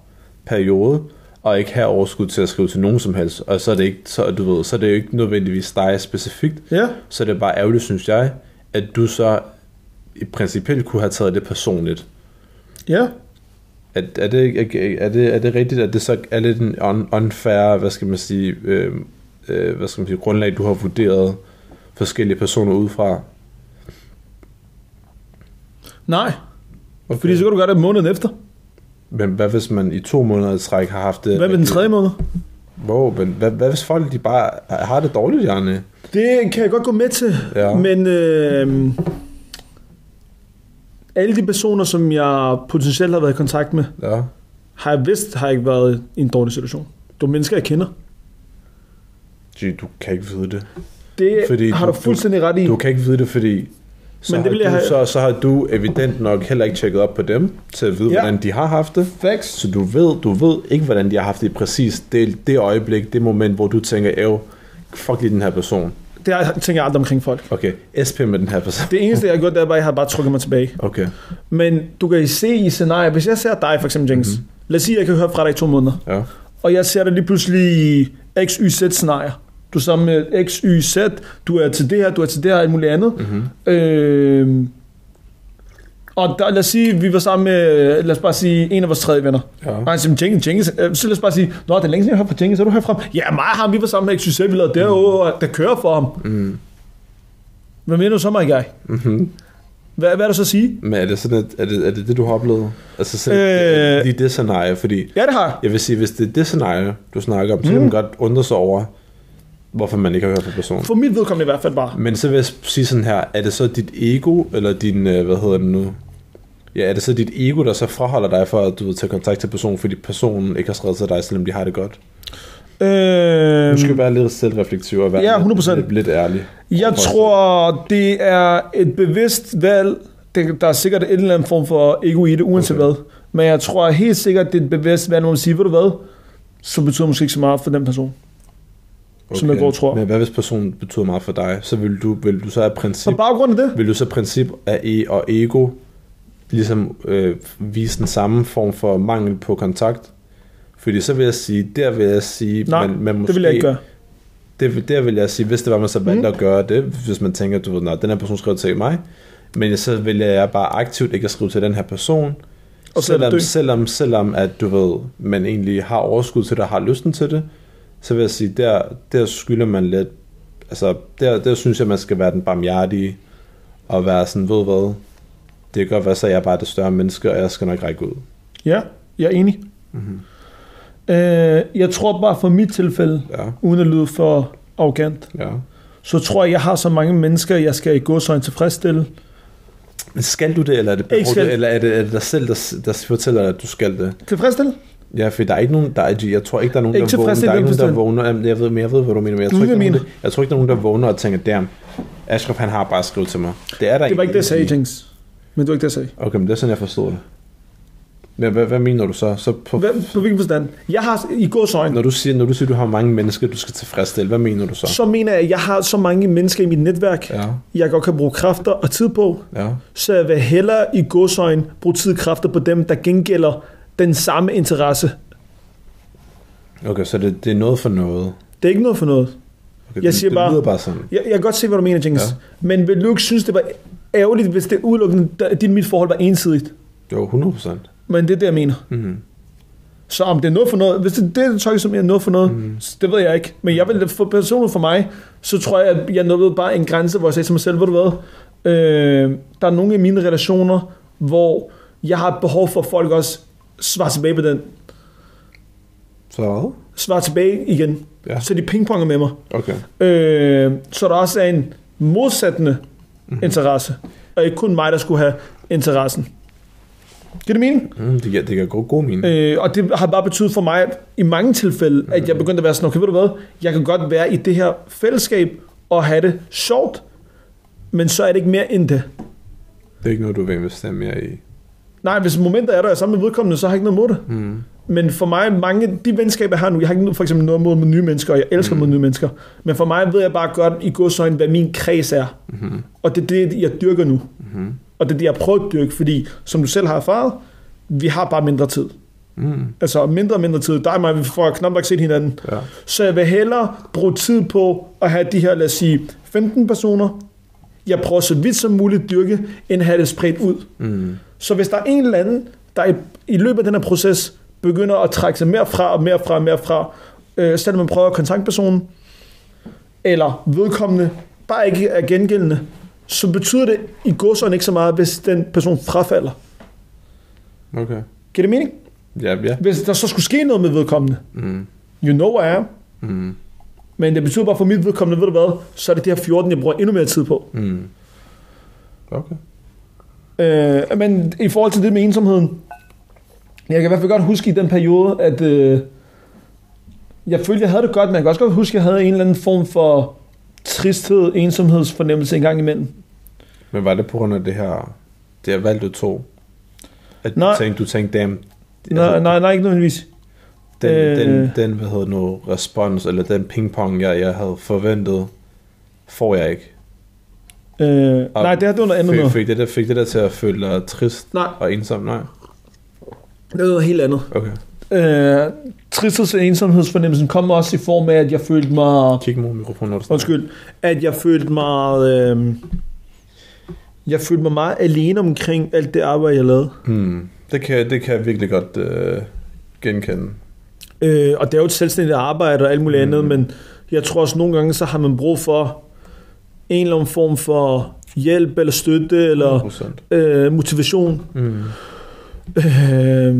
Speaker 2: periode, og ikke have overskud til at skrive til nogen som helst. Og så er det ikke, så, du ved, så er det jo ikke nødvendigvis dig specifikt,
Speaker 1: Ja.
Speaker 2: så er det bare ærgerligt, synes jeg, at du så i princippet kunne have taget det personligt.
Speaker 1: Ja.
Speaker 2: Er, er, det, ikke- er, det, er det rigtigt, at det så er lidt en un, unfair, hvad skal man sige, øh, øh, hvad skal man sige, grundlag, du har vurderet forskellige personer ud fra?
Speaker 1: Nej.
Speaker 2: Okay.
Speaker 1: Fordi så kan du gøre det måneden efter.
Speaker 2: Øh, Men hvad hvis man i to måneder i træk har haft det?
Speaker 1: Hvad med den
Speaker 2: rigtig-
Speaker 1: tredje måned?
Speaker 2: Wow, men hvad, hvad hvis folk de bare har det dårligt, Janne?
Speaker 1: Det kan jeg godt gå med til.
Speaker 2: Ja.
Speaker 1: Men øh, alle de personer, som jeg potentielt har været i kontakt med,
Speaker 2: Ja.
Speaker 1: har jeg vidst, har ikke været i en dårlig situation. Du er mennesker, jeg kender.
Speaker 2: Gee, du kan ikke vide det.
Speaker 1: Det
Speaker 2: Fordi
Speaker 1: Fordi har
Speaker 2: du-
Speaker 1: du, fuldstændig ret i.
Speaker 2: Du kan ikke vide det, fordi så,
Speaker 1: Men det
Speaker 2: har
Speaker 1: vil
Speaker 2: du,
Speaker 1: jeg have-
Speaker 2: så, så har du evident nok heller ikke tjekket op på dem, til at vide, ja.
Speaker 1: Ja.
Speaker 2: hvordan de har haft det.
Speaker 1: Facts.
Speaker 2: Så du ved, du ved ikke, hvordan de har haft det i præcis det, det øjeblik, det moment, hvor du tænker, æv, fuck lige den her person.
Speaker 1: Det har- tænker jeg aldrig omkring folk.
Speaker 2: Okay, SP med den her person.
Speaker 1: Det eneste, jeg har gjort, det er bare, at jeg har bare trukket mig tilbage.
Speaker 2: Okay,
Speaker 1: Men du kan se i scenarier, hvis jeg ser dig for eksempel, Jengs. Mm-hmm. Lad os sige, at jeg kan høre fra dig i to måneder.
Speaker 2: ja.
Speaker 1: Og jeg ser dig lige pludselig i x, y, z scenarier. Du er sammen med x, y, z. Du er til det her, du er til det her, og alt muligt andet.
Speaker 2: Mm-hmm.
Speaker 1: Øh, og der, lad os sige, at vi var sammen med, øh, lad os bare sige, en af vores tredje venner.
Speaker 2: ja.
Speaker 1: Og han siger, Jenkins, Jenkins, øh, så lad os bare sige, Nå, det er længe siden, jeg har hørt fra Jenkins, er du herfra? Ja, mig og ham, vi var sammen med XYZ, vi lavede
Speaker 2: Mhm.
Speaker 1: det, og der kører for ham.
Speaker 2: Mm.
Speaker 1: Hvad mener du så, Mike?
Speaker 2: Mm-hmm.
Speaker 1: Hvad, hvad er der så at sige?
Speaker 2: Men er det, sådan, at, er, det, er det det, du har oplevet? Altså selv,
Speaker 1: Øh.
Speaker 2: øh... lige det scenarie, fordi
Speaker 1: Ja, det har jeg.
Speaker 2: jeg vil sige, hvis det er det scenarie, du snakker om, så
Speaker 1: Mm.
Speaker 2: kan man godt undre sig over, hvorfor man ikke har hørt fra personen.
Speaker 1: For mit vedkommende i hvert fald bare.
Speaker 2: Men så vil jeg sige sådan her, er det så dit ego, eller din, øh, hvad hedder det nu? Ja, er det så dit ego, der så fraholder dig for, at du ved, tage kontakt til personen, fordi personen ikke har skrevet til dig, selvom de har det godt?
Speaker 1: Øh,
Speaker 2: Du skal jo være lidt selvreflektiv og være
Speaker 1: Ja,
Speaker 2: lidt-
Speaker 1: 100%.
Speaker 2: lidt, lidt ærlig.
Speaker 1: Jeg tror, det er et bevidst valg. Det- Der er sikkert en eller anden form for ego i det, uanset okay.
Speaker 2: Okay.
Speaker 1: hvad. Men jeg tror helt sikkert, det er et bevidst valg, hvor man siger, ved du hvad, så betyder det måske ikke så meget for den person. som jeg går og tror.
Speaker 2: Men hvad hvis personen betyder meget for dig? Så vil du, vil du så af
Speaker 1: På
Speaker 2: princip,
Speaker 1: baggrund af det,
Speaker 2: vil du så af princip af e og ego ligesom øh, vise den samme form for mangel på kontakt? Fordi så vil jeg sige, der vil jeg sige,
Speaker 1: nej,
Speaker 2: man, man måske,
Speaker 1: det vil jeg ikke gøre.
Speaker 2: Det, der vil jeg sige, hvis det var, man så valgte mm. at gøre det, hvis man tænker, du ved, nej, den her person skrev til mig, men så vil jeg bare aktivt ikke at skrive til den her person,
Speaker 1: Og
Speaker 2: og
Speaker 1: så er det dø.
Speaker 2: selvom, selvom, selvom at du ved, man egentlig har overskud til det, og har lysten til det, så vil jeg sige, der, der skylder man lidt, altså der, der synes jeg, man skal være den barmhjertige, og være sådan, ved hvad, det kan godt være, så er jeg bare det større menneske, og jeg skal nok række ud.
Speaker 1: Ja, jeg er enig.
Speaker 2: Mhm.
Speaker 1: Mm-hmm. Øh, jeg tror bare for mit tilfælde,
Speaker 2: Ja,
Speaker 1: uden at lyde for arrogant,
Speaker 2: ja.
Speaker 1: så tror jeg, jeg har så mange mennesker, jeg skal i gåsøjne tilfredsstille.
Speaker 2: Men skal du det, eller er det,
Speaker 1: Ikke skal.
Speaker 2: eller er det, er det dig selv, der, der fortæller dig, at du skal det?
Speaker 1: Tilfredsstille?
Speaker 2: Ja, for der er ikke nogen, der er, jeg tror ikke, der er nogen,
Speaker 1: Ikke
Speaker 2: der, vågner,
Speaker 1: tilfreds i
Speaker 2: der, er
Speaker 1: den
Speaker 2: ikke nogen, der
Speaker 1: forstand.
Speaker 2: vågner. Jamen, Jeg ved, men jeg ved, hvad du mener, men jeg
Speaker 1: Du
Speaker 2: tror, ikke,
Speaker 1: ved,
Speaker 2: der er
Speaker 1: hvad jeg
Speaker 2: nogen, der, jeg tror ikke, der er nogen, der vågner og tænker, damn, Ashraf, han har bare skrevet til mig. Det er der
Speaker 1: Det var ikke det, jeg sagde,
Speaker 2: egentlig
Speaker 1: Jinx. Men det var ikke det, jeg sagde.
Speaker 2: Okay, men det er sådan, jeg forstod det. Men hvad, hvad mener du så? så på,
Speaker 1: Hvad, på hvilken forstand? Jeg har i gåsøjne,
Speaker 2: når, du siger, når du siger, du har mange mennesker, du skal tilfredsstille, hvad mener du så?
Speaker 1: så mener jeg, at jeg har så mange mennesker i mit netværk,
Speaker 2: Ja,
Speaker 1: jeg godt kan bruge kræfter og tid på,
Speaker 2: ja.
Speaker 1: så jeg vil hellere i godsøjen bruge tid og kræfter på dem, der gengælder den samme interesse.
Speaker 2: Okay, så det, det er noget for noget.
Speaker 1: Det er ikke noget for noget.
Speaker 2: Okay,
Speaker 1: Jeg
Speaker 2: det,
Speaker 1: siger
Speaker 2: det
Speaker 1: bare-
Speaker 2: lyder bare sådan.
Speaker 1: Jeg, jeg kan godt se, hvad du mener, Jenkins. Ja.
Speaker 2: Ja.
Speaker 1: Men vil du ikke synes, det var ærgerligt, hvis det udelukkende, da- dit og mit forhold var ensidigt?
Speaker 2: Jo, 100 procent.
Speaker 1: Men det er det, jeg mener.
Speaker 2: Mm-hmm.
Speaker 1: Så om det er noget for noget, hvis det, det er det tøj, som er noget for noget, mm. det ved jeg ikke. Men jeg vil, for personligt for mig, så tror jeg, at jeg nåede bare en grænse, hvor jeg sagde til mig selv, ved du hvad, øh, der er nogle af mine relationer, hvor jeg har et behov for, at folk også svarer tilbage på den.
Speaker 2: Så hvad?
Speaker 1: Svarer tilbage igen.
Speaker 2: Ja.
Speaker 1: Så de pingponger med mig.
Speaker 2: Okay.
Speaker 1: Øh, så der også er en modsættende mm. interesse. Og ikke kun mig, der skulle have interessen. Giver det mening?
Speaker 2: Mm, det, giver, det giver god, god mening.
Speaker 1: Øh, og det har bare betydet for mig i mange tilfælde, at jeg begyndte at være sådan, okay, ved du hvad, jeg kan godt være i det her fællesskab og have det sjovt, men så er det ikke mere end det.
Speaker 2: Det er ikke noget, du vil investere mere i.
Speaker 1: Nej, hvis momentet er der, og jeg er sammen med vedkommende, så har jeg ikke noget mod det.
Speaker 2: Mm.
Speaker 1: Men for mig, mange af de venskaber, jeg har nu, jeg har ikke for eksempel noget mod med nye mennesker, og jeg elsker mm. mod nye mennesker. Men for mig ved jeg bare godt i godsøjne, hvad min kreds er. Mm-hmm. Og det er det, jeg dyrker nu. Mm-hmm. Og det er det, jeg prøver at dyrke, fordi som du selv har erfaret, vi har bare mindre tid.
Speaker 2: Mm.
Speaker 1: Altså mindre og mindre tid. Dig og mig, vi får knap nok set hinanden.
Speaker 2: Ja.
Speaker 1: Så jeg vil hellere bruge tid på at have de her, lad os sige, 15 personer, jeg prøver så vidt som muligt dyrke, end have det spredt ud.
Speaker 2: Mm.
Speaker 1: Så hvis der er en eller anden, der i, i løbet af den her proces begynder at trække sig mere fra og mere fra og mere fra, øh, selvom man prøver at kontakte personen, eller vedkommende, bare ikke er gengældende, så betyder det i godsøjne ikke så meget, hvis den person frafalder.
Speaker 2: Okay.
Speaker 1: Giver det mening?
Speaker 2: Ja, ja.
Speaker 1: Hvis der så skulle ske noget med vedkommende,
Speaker 2: Mm.
Speaker 1: you know I am,
Speaker 2: Mm.
Speaker 1: Men det betyder bare for mit vedkommende, ved du hvad, så er det det her 14, jeg bruger endnu mere tid på.
Speaker 2: Mm. Okay.
Speaker 1: Øh, men i forhold til det med ensomheden, jeg kan i hvert fald godt huske i den periode, at øh, jeg følte, jeg havde det godt, men jeg kan også godt huske, at jeg havde en eller anden form for tristhed, ensomhedsfornemmelse en gang imellem.
Speaker 2: Men var det på grund af det her, det her valg, du tog? At du
Speaker 1: Nej.
Speaker 2: tænkte, du tænkte, damn, altså,
Speaker 1: Nej, nej, nej, ikke nødvendigvis.
Speaker 2: den,
Speaker 1: øh.
Speaker 2: den, den, hvad hedder det nu, respons, eller den pingpong, jeg, jeg havde forventet, får jeg ikke.
Speaker 1: Øh,
Speaker 2: Og
Speaker 1: nej, det her det var noget andet
Speaker 2: Fik,
Speaker 1: noget.
Speaker 2: fik, det der, fik det der til at føle dig trist
Speaker 1: Nej,
Speaker 2: og ensom? Nej?
Speaker 1: det var noget helt andet.
Speaker 2: Okay.
Speaker 1: Øh, tristheds- og ensomhedsfornemmelsen kom også i form af, at jeg følte mig...
Speaker 2: Kig mod mikrofonen, når du snakker.
Speaker 1: Undskyld, at jeg følte mig... Øh, jeg følte mig meget alene omkring alt det arbejde, jeg lavede.
Speaker 2: Mm. Det, kan, det kan jeg virkelig godt øh, genkende.
Speaker 1: Øh, og det er jo et selvstændigt arbejde og alt muligt mm. andet, men jeg tror også nogle gange, så har man brug for en eller anden form for hjælp eller støtte eller øh, motivation.
Speaker 2: Mm.
Speaker 1: Øh,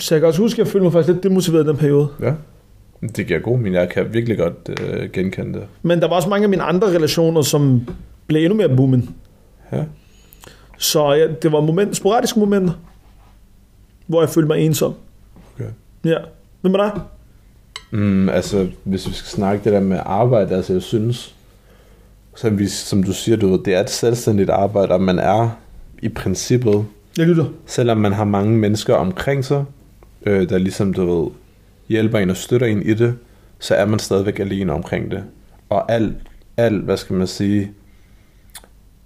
Speaker 1: så jeg kan også huske, at jeg følte mig faktisk lidt demotiveret i den periode.
Speaker 2: Ja. Det giver god mening. Jeg kan virkelig godt øh, genkende det.
Speaker 1: Men der var også mange af mine andre relationer, som blev endnu mere boomen.
Speaker 2: Ja.
Speaker 1: Så ja, det var moment, sporadiske momenter, hvor jeg følte mig ensom.
Speaker 2: Okay.
Speaker 1: Ja. Hvem er dig?
Speaker 2: Mm, altså, hvis vi skal snakke det der med arbejde, altså jeg synes, som, vi, som du siger, du ved, det er et selvstændigt arbejde, og man er i princippet,
Speaker 1: Jeg lytter.
Speaker 2: selvom man har mange mennesker omkring sig, øh, der ligesom, du ved, hjælper en og støtter en i det, så er man stadigvæk alene omkring det. Og al, al hvad skal man sige,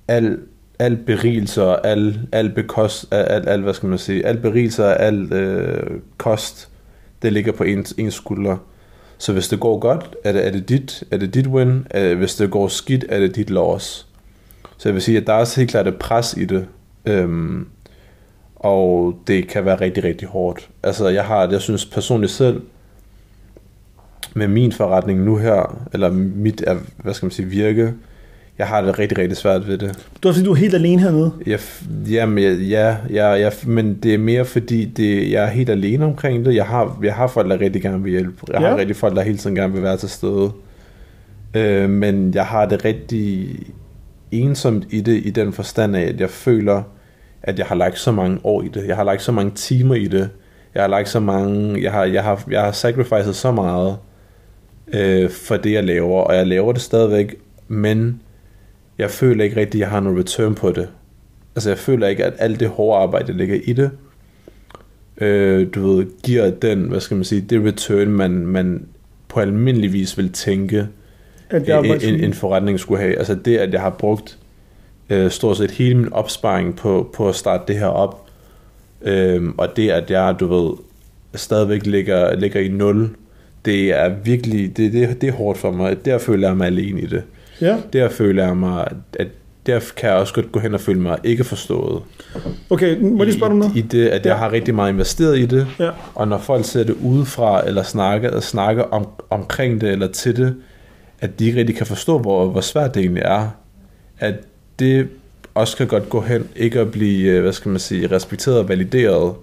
Speaker 2: al, al berigelse og al, al, bekost, al, al, hvad skal man sige, al berigelse og al øh, kost, det ligger på ens, ens skuldre. Så hvis det går godt, er det, er det, dit, er det dit win. Øh, Hvis det går skidt, er det dit loss. Så jeg vil sige, at der er også helt klart et pres i det. Øhm, og det kan være rigtig, rigtig hårdt. Altså, jeg har, jeg synes personligt selv, med min forretning nu her, eller mit, er- hvad skal man sige, virke, jeg har det rigtig, rigtig svært ved det.
Speaker 1: Du er fordi, du er helt alene hernede.
Speaker 2: Jeg, f- jamen, jeg, ja, jeg, jeg, men det er mere fordi, det, jeg er helt alene omkring det. Jeg har, jeg har folk, der rigtig gerne vil hjælpe. Jeg ja.
Speaker 1: Ja.
Speaker 2: har rigtig folk, der hele tiden gerne vil være til stede. Øh, men jeg har det rigtig ensomt i det, i den forstand af, at jeg føler, at jeg har lagt så mange år i det. Jeg har lagt så mange timer i det. Jeg har lagt så mange... Jeg har, jeg har, jeg har sacrificed så meget øh, for det, jeg laver. Og jeg laver det stadigvæk, men jeg føler ikke rigtig, at jeg har noget return på det. Altså, jeg føler ikke, at alt det hårde arbejde, der ligger i det, øh, du ved, giver den, hvad skal man sige, det return, man, man på almindelig vis vil tænke,
Speaker 1: At jeg
Speaker 2: en,
Speaker 1: arbejder
Speaker 2: en, en forretning skulle have. Altså det, at jeg har brugt øh, stort set hele min opsparing på, på at starte det her op, øhm, og det, at jeg, du ved, stadigvæk ligger, ligger i nul, det er virkelig, det, det, det er hårdt for mig. Der føler jeg mig alene i det.
Speaker 1: Ja.
Speaker 2: Der føler jeg mig, at der kan jeg også godt gå hen og føle mig ikke forstået.
Speaker 1: Okay, må jeg lige spørge dig om
Speaker 2: I, I
Speaker 1: noget?
Speaker 2: det, at
Speaker 1: Ja.
Speaker 2: jeg har rigtig meget investeret i det,
Speaker 1: Ja.
Speaker 2: og når folk ser det udefra, eller snakker, eller snakker om, omkring det, eller til det, at de ikke rigtig kan forstå, hvor, hvor svært det egentlig er, at det også kan godt gå hen, ikke at blive, øh, hvad skal man sige, respekteret og valideret.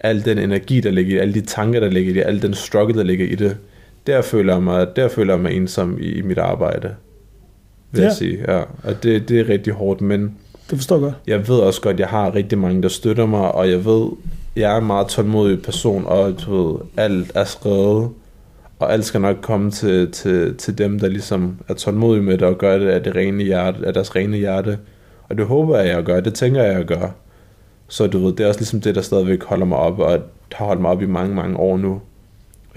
Speaker 2: Al den energi, der ligger i det, alle de tanker, der ligger i det, al den struggle, der ligger i det, der føler jeg mig, der føler jeg mig ensom i, i mit arbejde, vil ja.
Speaker 1: Ja.
Speaker 2: jeg sige. Ja. Og det, det er rigtig hårdt, men
Speaker 1: Det forstår jeg godt.
Speaker 2: jeg ved også godt, at jeg har rigtig mange, der støtter mig, og jeg ved, jeg er en meget tålmodig person, og du ved, alt er skrevet, og alt skal nok komme til, til, til dem, der ligesom er tålmodige med det, og gør det af, det rene hjerte, af deres rene hjerte. Og det håber jeg, jeg gør, det tænker jeg, jeg gør. Så du ved, det er også ligesom det, der stadigvæk holder mig op, og har holdt mig op i mange, mange år nu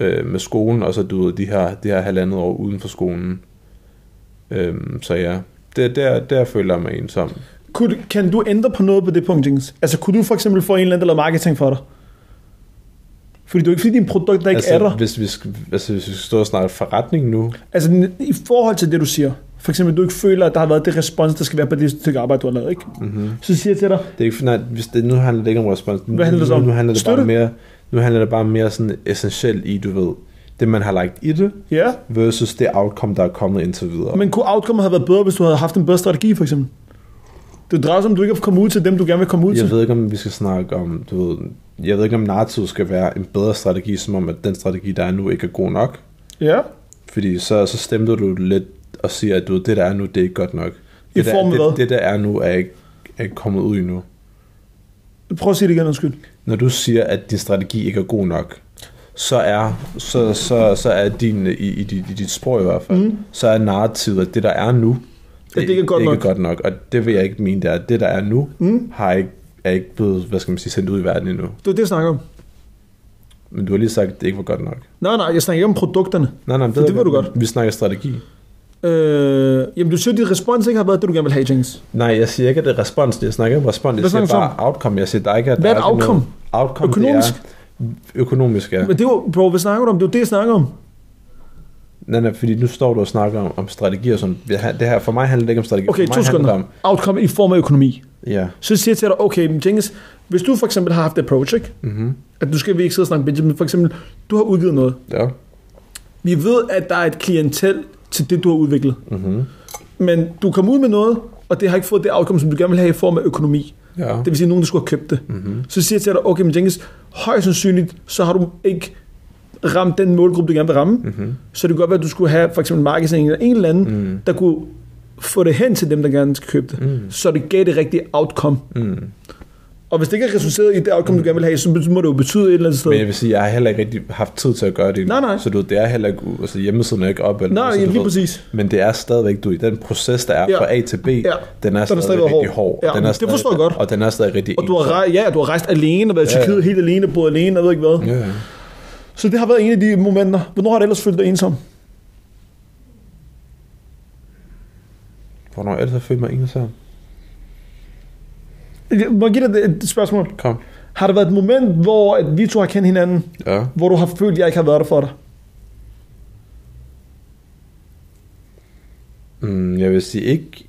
Speaker 2: øh, med skolen, og så du ved, de her, de her halvandet år uden for skolen. Øhm, så ja, det, der, der føler jeg mig ensom.
Speaker 1: Kunne, du- kan du ændre på noget på det punkt, Jenkins? Altså, kunne du for eksempel få en eller anden, der lavede marketing for dig? Fordi det er jo ikke, fordi din produkt der ikke
Speaker 2: altså,
Speaker 1: er der.
Speaker 2: Hvis vi, skal, altså, hvis vi skal stå og snakke forretning nu,
Speaker 1: Altså, n- i forhold til det, du siger. For eksempel, du ikke føler, at der har været det respons, der skal være på det stykke arbejde, du har lavet, ikke?
Speaker 2: mm-hmm.
Speaker 1: Så siger jeg til dig,
Speaker 2: det er ikke, nej, hvis det, nu handler det ikke om respons.
Speaker 1: Hvad handler det så om?
Speaker 2: Nu, nu handler det
Speaker 1: Støtte?
Speaker 2: bare mere, nu handler det bare mere sådan essentielt i, du ved, det man har lagt i det,
Speaker 1: ja,
Speaker 2: versus det outcome, der er kommet indtil videre.
Speaker 1: men kunne outcome have været bedre, hvis du havde haft en bedre strategi, for eksempel? Det drejer sig om, du ikke har kommet ud til dem, du gerne vil komme ud
Speaker 2: jeg
Speaker 1: til.
Speaker 2: ved ikke, om vi skal snakke om, du ved, jeg ved ikke, om narrativ skal være en bedre strategi, som om, at den strategi, der er nu, ikke er god nok.
Speaker 1: Ja,
Speaker 2: Fordi så, så stemmer du lidt og siger, at du, ved, det der er nu, det er ikke godt nok.
Speaker 1: I
Speaker 2: Det, der,
Speaker 1: form af hvad?
Speaker 2: det, det der er nu, er ikke, er ikke kommet ud endnu.
Speaker 1: prøv at sige det igen, undskyld.
Speaker 2: når du siger, at din strategi ikke er god nok, så er, så, så, så er din, i, i, dit- i dit sprog i hvert fald, mm. så er narrativet, at det der er nu,
Speaker 1: det ikke er godt
Speaker 2: ikke
Speaker 1: nok.
Speaker 2: godt nok. Og det vil jeg ikke mene, det er. Det der er nu, mm. har ikke, er ikke blevet, hvad skal man sige, sendt ud i verden endnu.
Speaker 1: Det er det, jeg snakker om.
Speaker 2: Men du har lige sagt, at det ikke var godt nok.
Speaker 1: Nej, nej, jeg snakker ikke om produkterne.
Speaker 2: Nej, nej, men
Speaker 1: For
Speaker 2: er
Speaker 1: det ved du godt.
Speaker 2: Vi snakker strategi.
Speaker 1: Øh, jamen, du siger, at dit respons ikke har været det, du gerne vil have, Jenkins.
Speaker 2: Nej, jeg siger ikke, at det er respons. Jeg snakker ikke om respons.
Speaker 1: Hvad
Speaker 2: Jeg siger
Speaker 1: snakker du
Speaker 2: bare outcome. Jeg siger, der ikke, at der
Speaker 1: Hvad er et
Speaker 2: ikke
Speaker 1: outcome?
Speaker 2: Noget. Outcome,
Speaker 1: Økonomisk?
Speaker 2: Det er, økonomisk, ja.
Speaker 1: Men det er jo, bro, hvad snakker du om? Det er jo det, jeg snakker om.
Speaker 2: Nej, nej, fordi nu står du og snakker om, om strategier. Sådan, det her, det her, for mig handler det ikke om strategi.
Speaker 1: Okay,
Speaker 2: for mig
Speaker 1: to
Speaker 2: handler
Speaker 1: sekunder.
Speaker 2: det Om,
Speaker 1: Outcome i form af økonomi.
Speaker 2: ja,
Speaker 1: Så siger jeg til dig, okay, men Jenkins, hvis du for eksempel har haft det approach, ikke?
Speaker 2: Mhm.
Speaker 1: Mm-hmm. at du skal vi ikke sidde og snakke budget, men for eksempel, du har udgivet noget.
Speaker 2: ja. Mhm.
Speaker 1: Vi ved, at der er et klientel til det, du har udviklet. Mm-hmm. Men du kom ud med noget, og det har ikke fået det outcome, som du gerne vil have i form af økonomi.
Speaker 2: Ja.
Speaker 1: Det vil sige, at nogen, der skulle have købt det.
Speaker 2: Mhm.
Speaker 1: Mm-hmm. Så siger jeg til dig, okay, men Jenkins, højst sandsynligt, så har du ikke ramt den målgruppe, du gerne vil ramme.
Speaker 2: Mhm.
Speaker 1: Mm-hmm. Så det kunne godt være, at du skulle have for eksempel marketing eller en eller anden, mm. der kunne få det hen til dem, der gerne skal købe det.
Speaker 2: Mhm.
Speaker 1: Mm. Så det gav det rigtige outcome.
Speaker 2: Mm.
Speaker 1: Og hvis det ikke har resulteret i det outcome, du gerne vil have, så må det jo betyde et eller andet sted.
Speaker 2: Men jeg vil sige, jeg har heller ikke rigtig haft tid til at gøre det. endnu.
Speaker 1: Nej, nej.
Speaker 2: Så du, ved, det er heller ikke, altså hjemmesiden er ikke op. Eller
Speaker 1: Nej,
Speaker 2: noget, så
Speaker 1: ja,
Speaker 2: du
Speaker 1: lige
Speaker 2: ved-
Speaker 1: præcis.
Speaker 2: Men det er stadigvæk, du ved, den proces, der er
Speaker 1: Ja.
Speaker 2: fra A til B,
Speaker 1: Den
Speaker 2: den
Speaker 1: er
Speaker 2: er stadigvæk,
Speaker 1: stadigvæk
Speaker 2: rigtig
Speaker 1: hård.
Speaker 2: hård.
Speaker 1: Ja,
Speaker 2: den er
Speaker 1: det forstår jeg godt.
Speaker 2: Og den er stadig rigtig
Speaker 1: Og du har,
Speaker 2: ensom.
Speaker 1: rej- ja, du har rejst alene, og været i
Speaker 2: Ja, ja.
Speaker 1: Tyrkiet helt alene, boet alene, og ved ikke hvad.
Speaker 2: Ja, ja.
Speaker 1: Så det har været en af de momenter. Hvornår har du ellers følt dig ensom?
Speaker 2: Hvornår ellers har jeg følt mig ensom?
Speaker 1: Jeg Må jeg give dig et et spørgsmål?
Speaker 2: Kom.
Speaker 1: Har der været et moment, hvor at vi to har kendt hinanden,
Speaker 2: Ja.
Speaker 1: hvor du har følt, at jeg ikke har været der for dig?
Speaker 2: Mm, jeg vil sige ikke...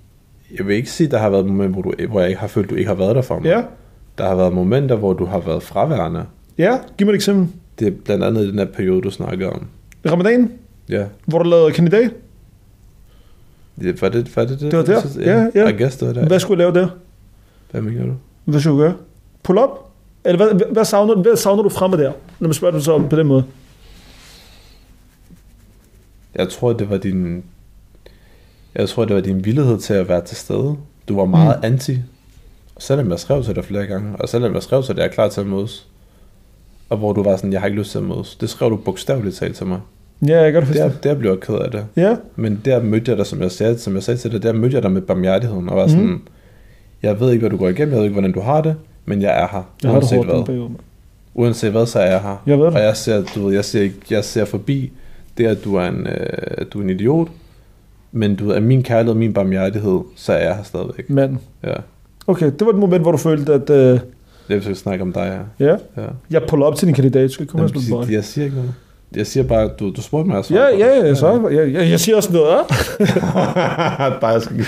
Speaker 2: Jeg vil ikke sige, der har været momenter, hvor, du, hvor jeg ikke har følt, du ikke har været der for mig.
Speaker 1: Ja.
Speaker 2: Der har været momenter, hvor du har været fraværende.
Speaker 1: Ja, giv mig et eksempel.
Speaker 2: Det er blandt andet i den her periode, du snakkede om.
Speaker 1: Ramadan,
Speaker 2: Ja.
Speaker 1: hvor du lavede kandidat.
Speaker 2: Det, var det var det?
Speaker 1: Det var der. Ja, ja.
Speaker 2: Jeg gæst, det var der.
Speaker 1: Hvad skulle jeg lave der?
Speaker 2: Hvad mener du?
Speaker 1: Hvad skulle jeg gøre? Pull up? Eller hvad, hvad- hvad, savner, hvad savner du fremme der, når man spørger dig så om på den måde?
Speaker 2: Jeg tror, det var din... Jeg tror, det var din villighed til at være til stede. Du var meget mm. anti. Og selvom jeg skrev til dig flere gange, og selvom jeg skrev til dig, jeg er klar til at mødes, og hvor du var sådan, jeg har ikke lyst til at mødes. Det skrev du bogstaveligt talt til mig.
Speaker 1: Ja, jeg kan godt forstå.
Speaker 2: Der, der blev jeg ked af det.
Speaker 1: Ja,
Speaker 2: Men der mødte jeg dig, som jeg sagde, som jeg sagde til dig, der mødte jeg dig med barmhjertigheden, og var sådan, mm. jeg ved ikke, hvad du går igennem, jeg ved ikke, hvordan du har det, men jeg er her.
Speaker 1: jeg har det hårdt den
Speaker 2: hvad.
Speaker 1: periode. mand.
Speaker 2: Uanset hvad, så er jeg her.
Speaker 1: Jeg ved det.
Speaker 2: Og jeg ser, du ved, jeg ser, ikke- jeg ser forbi det, at du er en, øh, at du er en idiot, men du ved, af min kærlighed og min barmhjertighed, så er jeg her stadigvæk.
Speaker 1: Mand.
Speaker 2: Ja.
Speaker 1: Okay, det var et moment, hvor du følte, at øh,
Speaker 2: Jeg vil snakke om dig, ja.
Speaker 1: ja,
Speaker 2: ja.
Speaker 1: jeg puller op til din kandidat, skal komme og spille
Speaker 2: Jamen,
Speaker 1: bold.
Speaker 2: jeg, jeg siger ikke noget. Jeg siger bare, du, du spurgte mig, jeg
Speaker 1: Ja,
Speaker 2: svarede på
Speaker 1: ja,
Speaker 2: [laughs] det.
Speaker 1: ja, så ja, ja, jeg siger også noget. Ja?
Speaker 2: bare, jeg skal...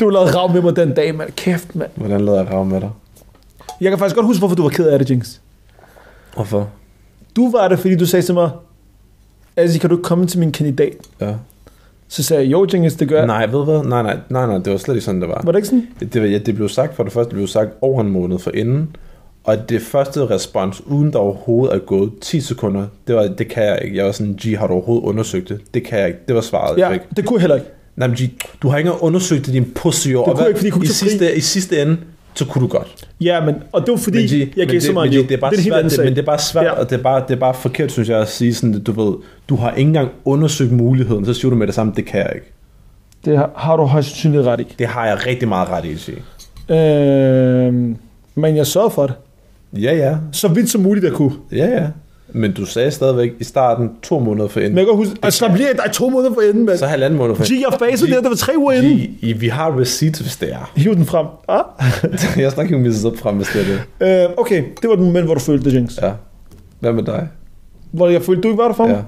Speaker 1: Du lavede rav med mig den dag, mand. Kæft, mand.
Speaker 2: Hvordan lader jeg ramme med dig?
Speaker 1: Jeg kan faktisk godt huske, hvorfor du var ked af det, Jinx.
Speaker 2: Hvorfor?
Speaker 1: Du var der, fordi du sagde til mig, altså kan du ikke komme til min kandidat?
Speaker 2: Ja.
Speaker 1: Så sagde jeg, jo Jinx, det gør jeg.
Speaker 2: Nej, ved du hvad? Nej, nej, nej, nej, det var slet ikke sådan, det var.
Speaker 1: Var det ikke sådan?
Speaker 2: Det, det, ja, det blev sagt for det første, det blev sagt over en måned for inden, og det første respons, uden der overhovedet er gået 10 sekunder, det var, det kan jeg ikke. Jeg var sådan, G, har du overhovedet undersøgt det? Det kan jeg ikke. Det var svaret,
Speaker 1: Ja,
Speaker 2: jeg fik.
Speaker 1: det kunne jeg heller ikke.
Speaker 2: Nej, men G, du har ikke engang undersøgt det, din pussy, det
Speaker 1: kunne jeg ikke, fordi jeg kunne
Speaker 2: i,
Speaker 1: ikke tage fri.
Speaker 2: sidste, i sidste ende, så kunne du godt.
Speaker 1: Ja, men, og det var fordi,
Speaker 2: Men G,
Speaker 1: jeg
Speaker 2: men
Speaker 1: gav så
Speaker 2: det,
Speaker 1: meget
Speaker 2: men
Speaker 1: liv.
Speaker 2: G, det, er bare
Speaker 1: en helt
Speaker 2: svært,
Speaker 1: anden
Speaker 2: det,
Speaker 1: sag.
Speaker 2: men det er bare svært,
Speaker 1: Ja.
Speaker 2: ja. og det er bare, det er bare forkert, synes jeg, at sige sådan, at du ved, du har ikke engang undersøgt muligheden, så siger du med det samme, det kan jeg ikke.
Speaker 1: Det har- har du højst sandsynligt ret i.
Speaker 2: Det har jeg rigtig meget ret i, at sige.
Speaker 1: Øhm, men jeg sørgede for det.
Speaker 2: Ja, ja,
Speaker 1: Så vidt som muligt, jeg kunne.
Speaker 2: Ja, ja. Men du sagde stadigvæk i starten to måneder for
Speaker 1: Men
Speaker 2: inden.
Speaker 1: jeg kan godt huske, og så bliver jeg dig to måneder for enden, mand.
Speaker 2: Så halvanden måned for
Speaker 1: G, jeg fasede der, det var tre uger inden.
Speaker 2: G, I, vi har receipts, hvis det er. [laughs]
Speaker 1: Hiv den frem. Ah?
Speaker 2: jeg snakker jo misset op frem, hvis det er det.
Speaker 1: Øh, okay, det var den moment, hvor du følte det, Jinx.
Speaker 2: Ja. Hvad med dig?
Speaker 1: Hvor jeg følte, du ikke var der for mig.
Speaker 2: Ja.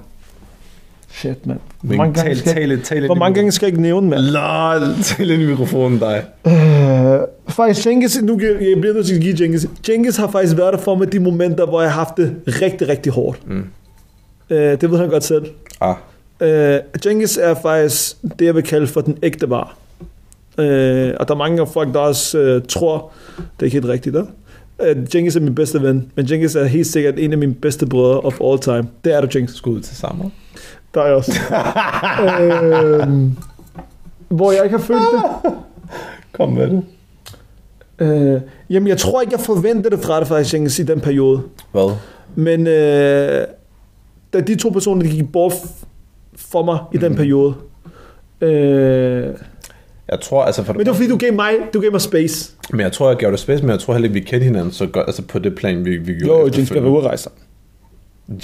Speaker 1: Shit, mand. Hvor
Speaker 2: Men
Speaker 1: mange gange
Speaker 2: tal,
Speaker 1: skal,
Speaker 2: tal, tal, tal
Speaker 1: hvor mange gange skal jeg ikke nævne, mand?
Speaker 2: Lol, tal ind i mikrofonen, dig.
Speaker 1: Øh, faktisk, Jenkins, nu giver- jeg bliver nødt til at give Jenkins. Jenkins har faktisk været der for mig de momenter, hvor jeg har haft det rigtig, rigtig hårdt. Mm. Øh, det ved han godt selv.
Speaker 2: Ah,
Speaker 1: Øh, Jenkins er faktisk det, jeg vil kalde for den ægte bar. Øh, og der er mange af folk, der også øh, tror, det er ikke helt rigtigt, der. Øh, Jenkins er min bedste ven, men Jenkins er helt sikkert en af mine bedste brødre of all time. Det er du, Jenkins.
Speaker 2: skud til sammen.
Speaker 1: Der er jeg [laughs] også. øh, hvor jeg ikke har følt det.
Speaker 2: Kom med det.
Speaker 1: Øh, jamen, jeg tror ikke, jeg forventede det fra dig faktisk, Jenkins, i den periode.
Speaker 2: Hvad?
Speaker 1: Men øh, da de to personer, de gik bort for mig i den
Speaker 2: Mhm.
Speaker 1: periode. Øh,
Speaker 2: Jeg tror, altså for
Speaker 1: men det var fordi, du gav mig, du gav mig space.
Speaker 2: men jeg tror, jeg gav dig space, men jeg tror heller ikke, vi kendte hinanden så godt, altså på det plan, vi, vi gjorde
Speaker 1: Jo, Jenkins skal være
Speaker 2: efterfølgende.
Speaker 1: ude at rejse sammen.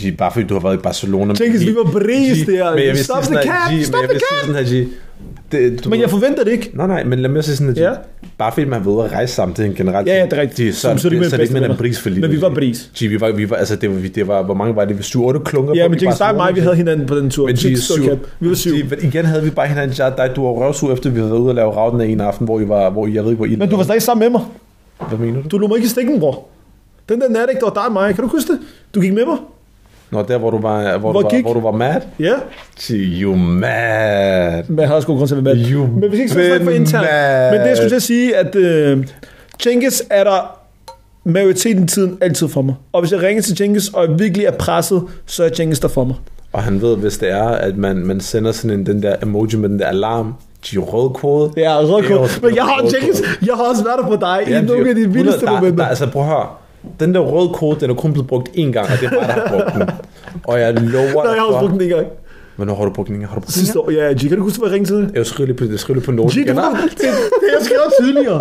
Speaker 2: G, bare fordi du har været i Barcelona.
Speaker 1: Jenkins,
Speaker 2: G,
Speaker 1: vi var bris
Speaker 2: G,
Speaker 1: der.
Speaker 2: men jeg vil
Speaker 1: Stop
Speaker 2: sige
Speaker 1: the
Speaker 2: sådan her,
Speaker 1: cap,
Speaker 2: G, men
Speaker 1: stop
Speaker 2: jeg
Speaker 1: the
Speaker 2: vil sige sådan her, G, det- du
Speaker 1: Men
Speaker 2: ved-
Speaker 1: jeg forventer det ikke.
Speaker 2: Nej, nej, men lad mig sige sådan, at
Speaker 1: Ja.
Speaker 2: ja. bare fordi man ved at rejse sammen, det er en generelt...
Speaker 1: Ja, ja, det er rigtigt.
Speaker 2: Det, så, så,
Speaker 1: Så- så er
Speaker 2: så,
Speaker 1: det ikke
Speaker 2: det, så er det ikke
Speaker 1: mellem
Speaker 2: mellem
Speaker 1: bedste
Speaker 2: bris for
Speaker 1: venner.
Speaker 2: livet.
Speaker 1: Men vi var bris.
Speaker 2: G, vi var, vi var, altså det var, vi- det var, hvor mange var det? Vi 7-8 klunker
Speaker 1: Ja,
Speaker 2: på
Speaker 1: men Jenkins,
Speaker 2: i
Speaker 1: dig og
Speaker 2: Barcelona.
Speaker 1: mig, vi havde hinanden på den tur.
Speaker 2: Men
Speaker 1: Stop
Speaker 2: G,
Speaker 1: the
Speaker 2: syv.
Speaker 1: cap. Vi var syv.
Speaker 2: G, men igen havde vi bare hinanden, jeg og dig, du var røvsur efter, vi havde været ude og lave ravden af en aften, hvor I var, hvor I, jeg ved ikke, hvor I...
Speaker 1: Men du var stadig sammen med mig.
Speaker 2: Hvad mener du?
Speaker 1: Du lå mig ikke i stikken, bror. Den der nat, ikke, der var dig og mig. Kan du huske det? Du gik med mig.
Speaker 2: Nå, der hvor du var, hvor,
Speaker 1: Hvor
Speaker 2: du var,
Speaker 1: gik-
Speaker 2: hvor du var mad?
Speaker 1: Ja,
Speaker 2: You mad.
Speaker 1: men jeg har også god grund til at være med.
Speaker 2: Jo,
Speaker 1: men vi skal ikke sådan snakke for
Speaker 2: men
Speaker 1: internt.
Speaker 2: hvad?
Speaker 1: Men det jeg skulle til at sige, at øh, Jenkins er der majoriteten af tiden altid for mig. Og hvis jeg ringer til Jenkins, og jeg virkelig er presset, så er Jenkins der for mig.
Speaker 2: Og han ved, hvis det er, at man, man sender sådan en, den der emoji med den der alarm, de rød kode.
Speaker 1: Ja, rød
Speaker 2: Det er
Speaker 1: kode.
Speaker 2: også-
Speaker 1: Men jeg har,
Speaker 2: rød
Speaker 1: Jenkins,
Speaker 2: kode.
Speaker 1: jeg har også været der på dig i
Speaker 2: Ja,
Speaker 1: nogle af de
Speaker 2: 100
Speaker 1: vildeste
Speaker 2: der,
Speaker 1: momenter.
Speaker 2: Der, altså prøv at høre. Den der røde kode, den er kun blevet brugt én gang, og det er mig, der har brugt den. Og jeg lover
Speaker 1: Nej, jeg har også brugt den en gang.
Speaker 2: Hvornår har du brugt den? en gang? Har du brugt den? en
Speaker 1: Sidste
Speaker 2: gang?
Speaker 1: år. Ja, G, kan du huske, hvad jeg ringede til dig?
Speaker 2: Jeg skriver lige på, jeg skriver lige på noten.
Speaker 1: G, du
Speaker 2: igen.
Speaker 1: var det, det, jeg skrev tidligere.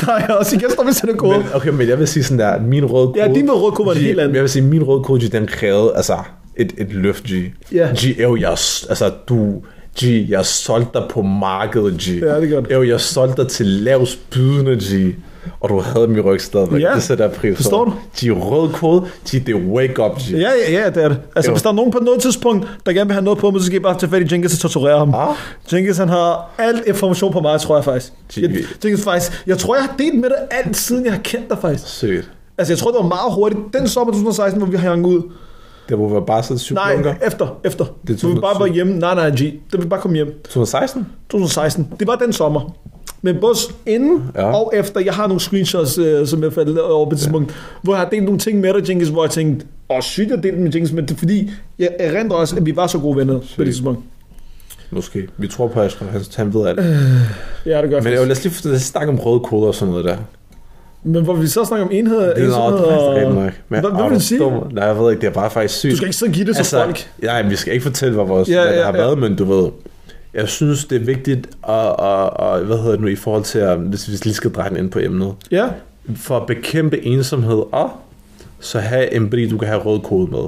Speaker 1: Der er jeg også igen, står med sådan en kode.
Speaker 2: Men, okay, men jeg vil sige sådan der, min røde kode...
Speaker 1: Ja, din med røde kode var en
Speaker 2: G-
Speaker 1: helt anden.
Speaker 2: Jeg vil sige, min røde kode, G, den krævede altså et, et løft, G.
Speaker 1: Ja.
Speaker 2: G, ev, jeg, s- altså du... G, jeg solgte dig på markedet, G.
Speaker 1: Ja, det er godt.
Speaker 2: Ev, jeg solgte dig til lavest bydende, G. Og du havde min ryg stadigvæk.
Speaker 1: Ja.
Speaker 2: Det sætter jeg pris på.
Speaker 1: Forstår du?
Speaker 2: G, rød kode, G, det er wake up, G.
Speaker 1: Ja, ja, ja, det er det. Altså,
Speaker 2: Jo.
Speaker 1: jo. hvis der er nogen på noget tidspunkt, der gerne vil have noget på mig, så skal I bare tage fat i Jenkins og torturere ham.
Speaker 2: Ah.
Speaker 1: Jenkins, han har alt information på mig, tror jeg faktisk.
Speaker 2: Gee.
Speaker 1: Jeg, Jenkins, faktisk, jeg tror, jeg har delt med dig alt, siden jeg har kendt dig faktisk.
Speaker 2: Sødt.
Speaker 1: Altså, jeg tror, det var meget hurtigt. Den sommer 2016, hvor vi hang ud.
Speaker 2: Det var bare sådan syv
Speaker 1: Nej,
Speaker 2: bunker.
Speaker 1: efter, efter.
Speaker 2: Det er
Speaker 1: Det vi bare var hjemme. Nej, nej, G. Det vi bare komme hjem.
Speaker 2: 2016?
Speaker 1: 2016. Det var den sommer. Men både inden
Speaker 2: Ja.
Speaker 1: ja. og efter, jeg har nogle screenshots, øh, som jeg faldt over på et tidspunkt, hvor jeg har delt nogle ting med dig, Jenkins, hvor jeg tænkte, åh sygt, jeg delte dem med Jenkins, men det er fordi, jeg erindrer også, at vi var så gode venner på det tidspunkt.
Speaker 2: Måske. Vi tror på Asger, han, han ved alt.
Speaker 1: Øh. Ja, det gør jeg
Speaker 2: Men jeg,
Speaker 1: faktisk.
Speaker 2: lad os lige lad os snakke om røde koder og sådan noget der.
Speaker 1: Men hvor vi så snakker om enhed,
Speaker 2: Det er
Speaker 1: ensomhed
Speaker 2: nok, det er faktisk rigtigt
Speaker 1: og...
Speaker 2: nok. Men,
Speaker 1: Hvad- hvad
Speaker 2: er
Speaker 1: vil du sige?
Speaker 2: dum? Nej, jeg ved ikke, det er bare faktisk sygt.
Speaker 1: Du skal ikke sidde og give det til folk.
Speaker 2: Nej, men vi skal ikke fortælle, hvad vores
Speaker 1: Ja,
Speaker 2: ja, ja,
Speaker 1: ja,
Speaker 2: har
Speaker 1: ja.
Speaker 2: været, men du ved, jeg synes, det er vigtigt at, at, at, hvad hedder det nu, i forhold til, at, hvis vi lige skal dreje den ind på emnet,
Speaker 1: Ja,
Speaker 2: for at bekæmpe ensomhed og så have en bri, du kan have rød kode med.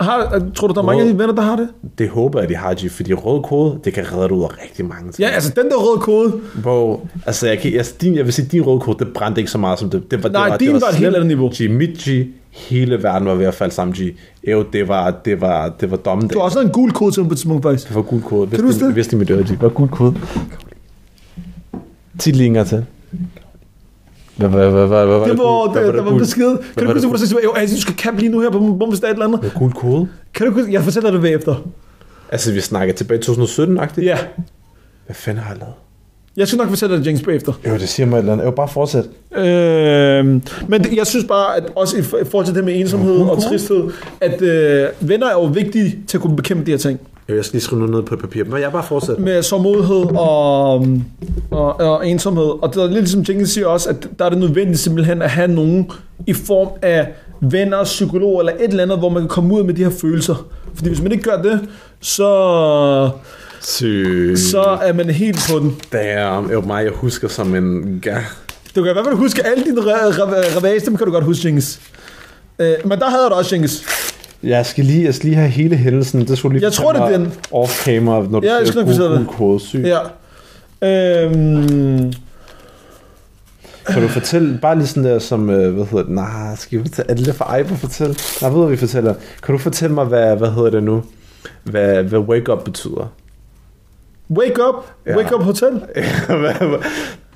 Speaker 1: har, tror du, der er mange af dine venner, der har det?
Speaker 2: Det håber jeg, de har, G, fordi rød kode, det kan redde dig ud af rigtig mange ting.
Speaker 1: Ja, altså den der røde kode,
Speaker 2: Bro, altså jeg, kan, altså din, jeg vil sige, din røde kort, det brændte ikke så meget som det. det var,
Speaker 1: Nej,
Speaker 2: det var,
Speaker 1: din
Speaker 2: det
Speaker 1: var et helt
Speaker 2: slemt.
Speaker 1: andet niveau.
Speaker 2: G, mit G, hele verden var ved at falde sammen, G. Jo, det var, det var, det var dommedag.
Speaker 1: du har også lavet en gul kode til mig på et tidspunkt faktisk.
Speaker 2: Det var gul kode. Hvis
Speaker 1: du huske det?
Speaker 2: Hvis det mit øre, G. Det var gul kode. Tid lige en gang til. Hvad, hvad, hvad, hvad, hvad,
Speaker 1: Det var, der, der var
Speaker 2: gul-
Speaker 1: besked.
Speaker 2: Hvad
Speaker 1: Kan du
Speaker 2: var
Speaker 1: huske,
Speaker 2: det
Speaker 1: at du sagde, at du skal kappe lige nu her på Bombes et eller andet?
Speaker 2: gul- gul kode?
Speaker 1: Kan du huske, jeg fortæller dig bagefter.
Speaker 2: Altså, vi snakker tilbage i 2017-agtigt.
Speaker 1: Ja,
Speaker 2: Hvad fanden har jeg lavet?
Speaker 1: jeg skal nok fortælle dig, James, bagefter.
Speaker 2: Jo, det siger mig et eller andet. Jo, bare fortsæt.
Speaker 1: Øhm, men det, jeg synes bare, at også i for- i forhold til det med ensomhed og tristhed, at øh, venner er jo vigtige til at kunne bekæmpe de her ting.
Speaker 2: Jo, jeg skal lige skrive noget ned på et papir. Men jeg bare fortsæt.
Speaker 1: Med sårmodighed og, øhm, og, og ensomhed. Og det er lidt ligesom Jenkins siger også, at der er det nødvendigt simpelthen at have nogen i form af venner, psykologer eller et eller andet, hvor man kan komme ud med de her følelser. Fordi hvis man ikke gør det, så
Speaker 2: Sygt.
Speaker 1: så er man helt på den.
Speaker 2: Damn, jo mig, jeg husker som en gær.
Speaker 1: Du kan i hvert fald huske alle dine re- re- revage, dem kan du godt huske, Jenkins. Øh, men der havde du også, Jenkins.
Speaker 2: Jeg skal lige, jeg skal lige have hele hændelsen. Det skulle du lige
Speaker 1: Jeg tror, det er
Speaker 2: fortælle mig Off-camera, når du
Speaker 1: Ja, jeg skal
Speaker 2: siger
Speaker 1: nok fortælle
Speaker 2: Google
Speaker 1: dig.
Speaker 2: kode syg.
Speaker 1: Ja. Øhm,
Speaker 2: Kan du fortælle, bare lige sådan der som, øh, hvad hedder det, nej, skal vi fortælle, er det lidt for ej på at fortælle? Nej, ved du, hvad vi fortæller? Kan du fortælle mig, hvad, hvad hedder det nu? Hvad, hvad wake up betyder? [laughs]
Speaker 1: wake up.
Speaker 2: Ja.
Speaker 1: Wake up hotel.
Speaker 2: hvad,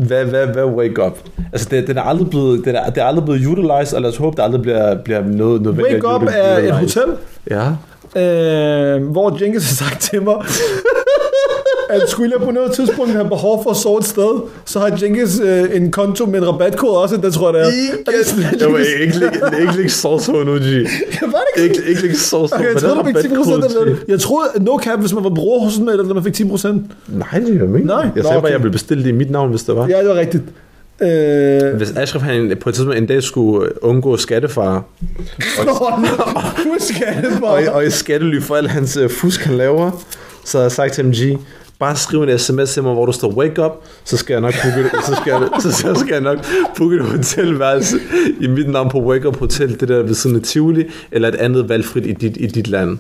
Speaker 2: hvad, hvad, hvad wake up? Altså, det, den er aldrig blevet, den er, det er aldrig blevet utilized, og lad os håbe, det aldrig bliver, bliver noget nødvendigt.
Speaker 1: Wake
Speaker 2: at
Speaker 1: up
Speaker 2: util-
Speaker 1: er et
Speaker 2: utilize.
Speaker 1: hotel,
Speaker 2: Ja.
Speaker 1: øh, hvor Jenkins har sagt til mig, at skulle jeg på noget tidspunkt have behov for at sove et sted, så har Jenkins øh, en konto med en rabatkode også, det tror jeg, det er. Er det sådan, at
Speaker 2: Jeg må
Speaker 1: Jenkins-
Speaker 2: ikke lægge, ikke lægge sovs på nu, G.
Speaker 1: Var det ikke
Speaker 2: Ikke, ikke lægge sovs på.
Speaker 1: Okay, jeg
Speaker 2: Hvordan
Speaker 1: troede,
Speaker 2: har
Speaker 1: man fik 10%
Speaker 2: rabatkode
Speaker 1: eller
Speaker 2: til-
Speaker 1: noget. Jeg troede, at no cap, hvis man var bruger hos sådan en, eller man fik 10%.
Speaker 2: Nej, det er jeg ikke.
Speaker 1: Nej.
Speaker 2: Jeg
Speaker 1: Nå,
Speaker 2: sagde bare,
Speaker 1: okay.
Speaker 2: jeg ville bestille det i mit navn, hvis det var.
Speaker 1: Ja, det var rigtigt. Øh,
Speaker 2: Hvis Ashraf han på et tidspunkt en dag skulle øh, undgå skattefare,
Speaker 1: Husk det
Speaker 2: og,
Speaker 1: bare.
Speaker 2: og i skattely for alt hans øh, fusk, han laver, så havde jeg sagt til ham, G, bare skriv en sms til mig, hvor du står wake up, så skal jeg nok booke et, så skal jeg, [laughs] så, så skal jeg nok booke et hotelværelse i mit navn på Wake Up Hotel, det der ved siden af Tivoli, eller et andet valgfrit i dit, i dit land.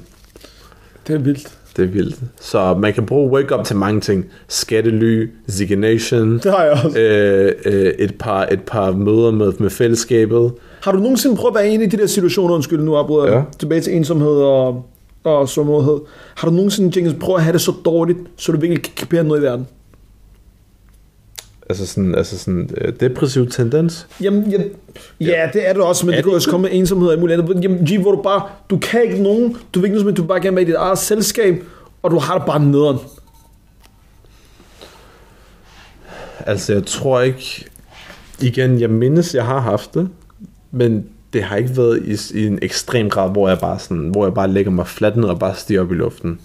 Speaker 1: Det er vildt.
Speaker 2: Det er vildt. Så man kan bruge Wake Up til mange ting. Skattely,
Speaker 1: [laughs]
Speaker 2: Zigination,
Speaker 1: Det har jeg også.
Speaker 2: øh, øh, et, par, et par møder med, med fællesskabet.
Speaker 1: Har du nogensinde prøvet at være en i de der situationer, undskyld, nu afbryder jeg
Speaker 2: Ja.
Speaker 1: ja. tilbage til ensomhed og, og sommerhed. Har du nogensinde tænkt, prøv at have det så dårligt, så du virkelig kan kapere noget i verden?
Speaker 2: Altså sådan, altså sådan øh, depressiv tendens.
Speaker 1: Jamen, jeg, ja, det er det også, men
Speaker 2: Er
Speaker 1: det kunne
Speaker 2: det
Speaker 1: også komme med ensomhed og alt muligt andet. Jamen, G, hvor du bare, du kan ikke nogen, du vil ikke noget, som helst, du vil bare gerne være i dit eget selskab, og du har det bare nederen.
Speaker 2: Altså, jeg tror ikke... Igen, jeg mindes, jeg har haft det, men det har ikke været i, i en ekstrem grad, hvor jeg bare sådan, hvor jeg bare lægger mig fladt ned og bare stiger op i luften.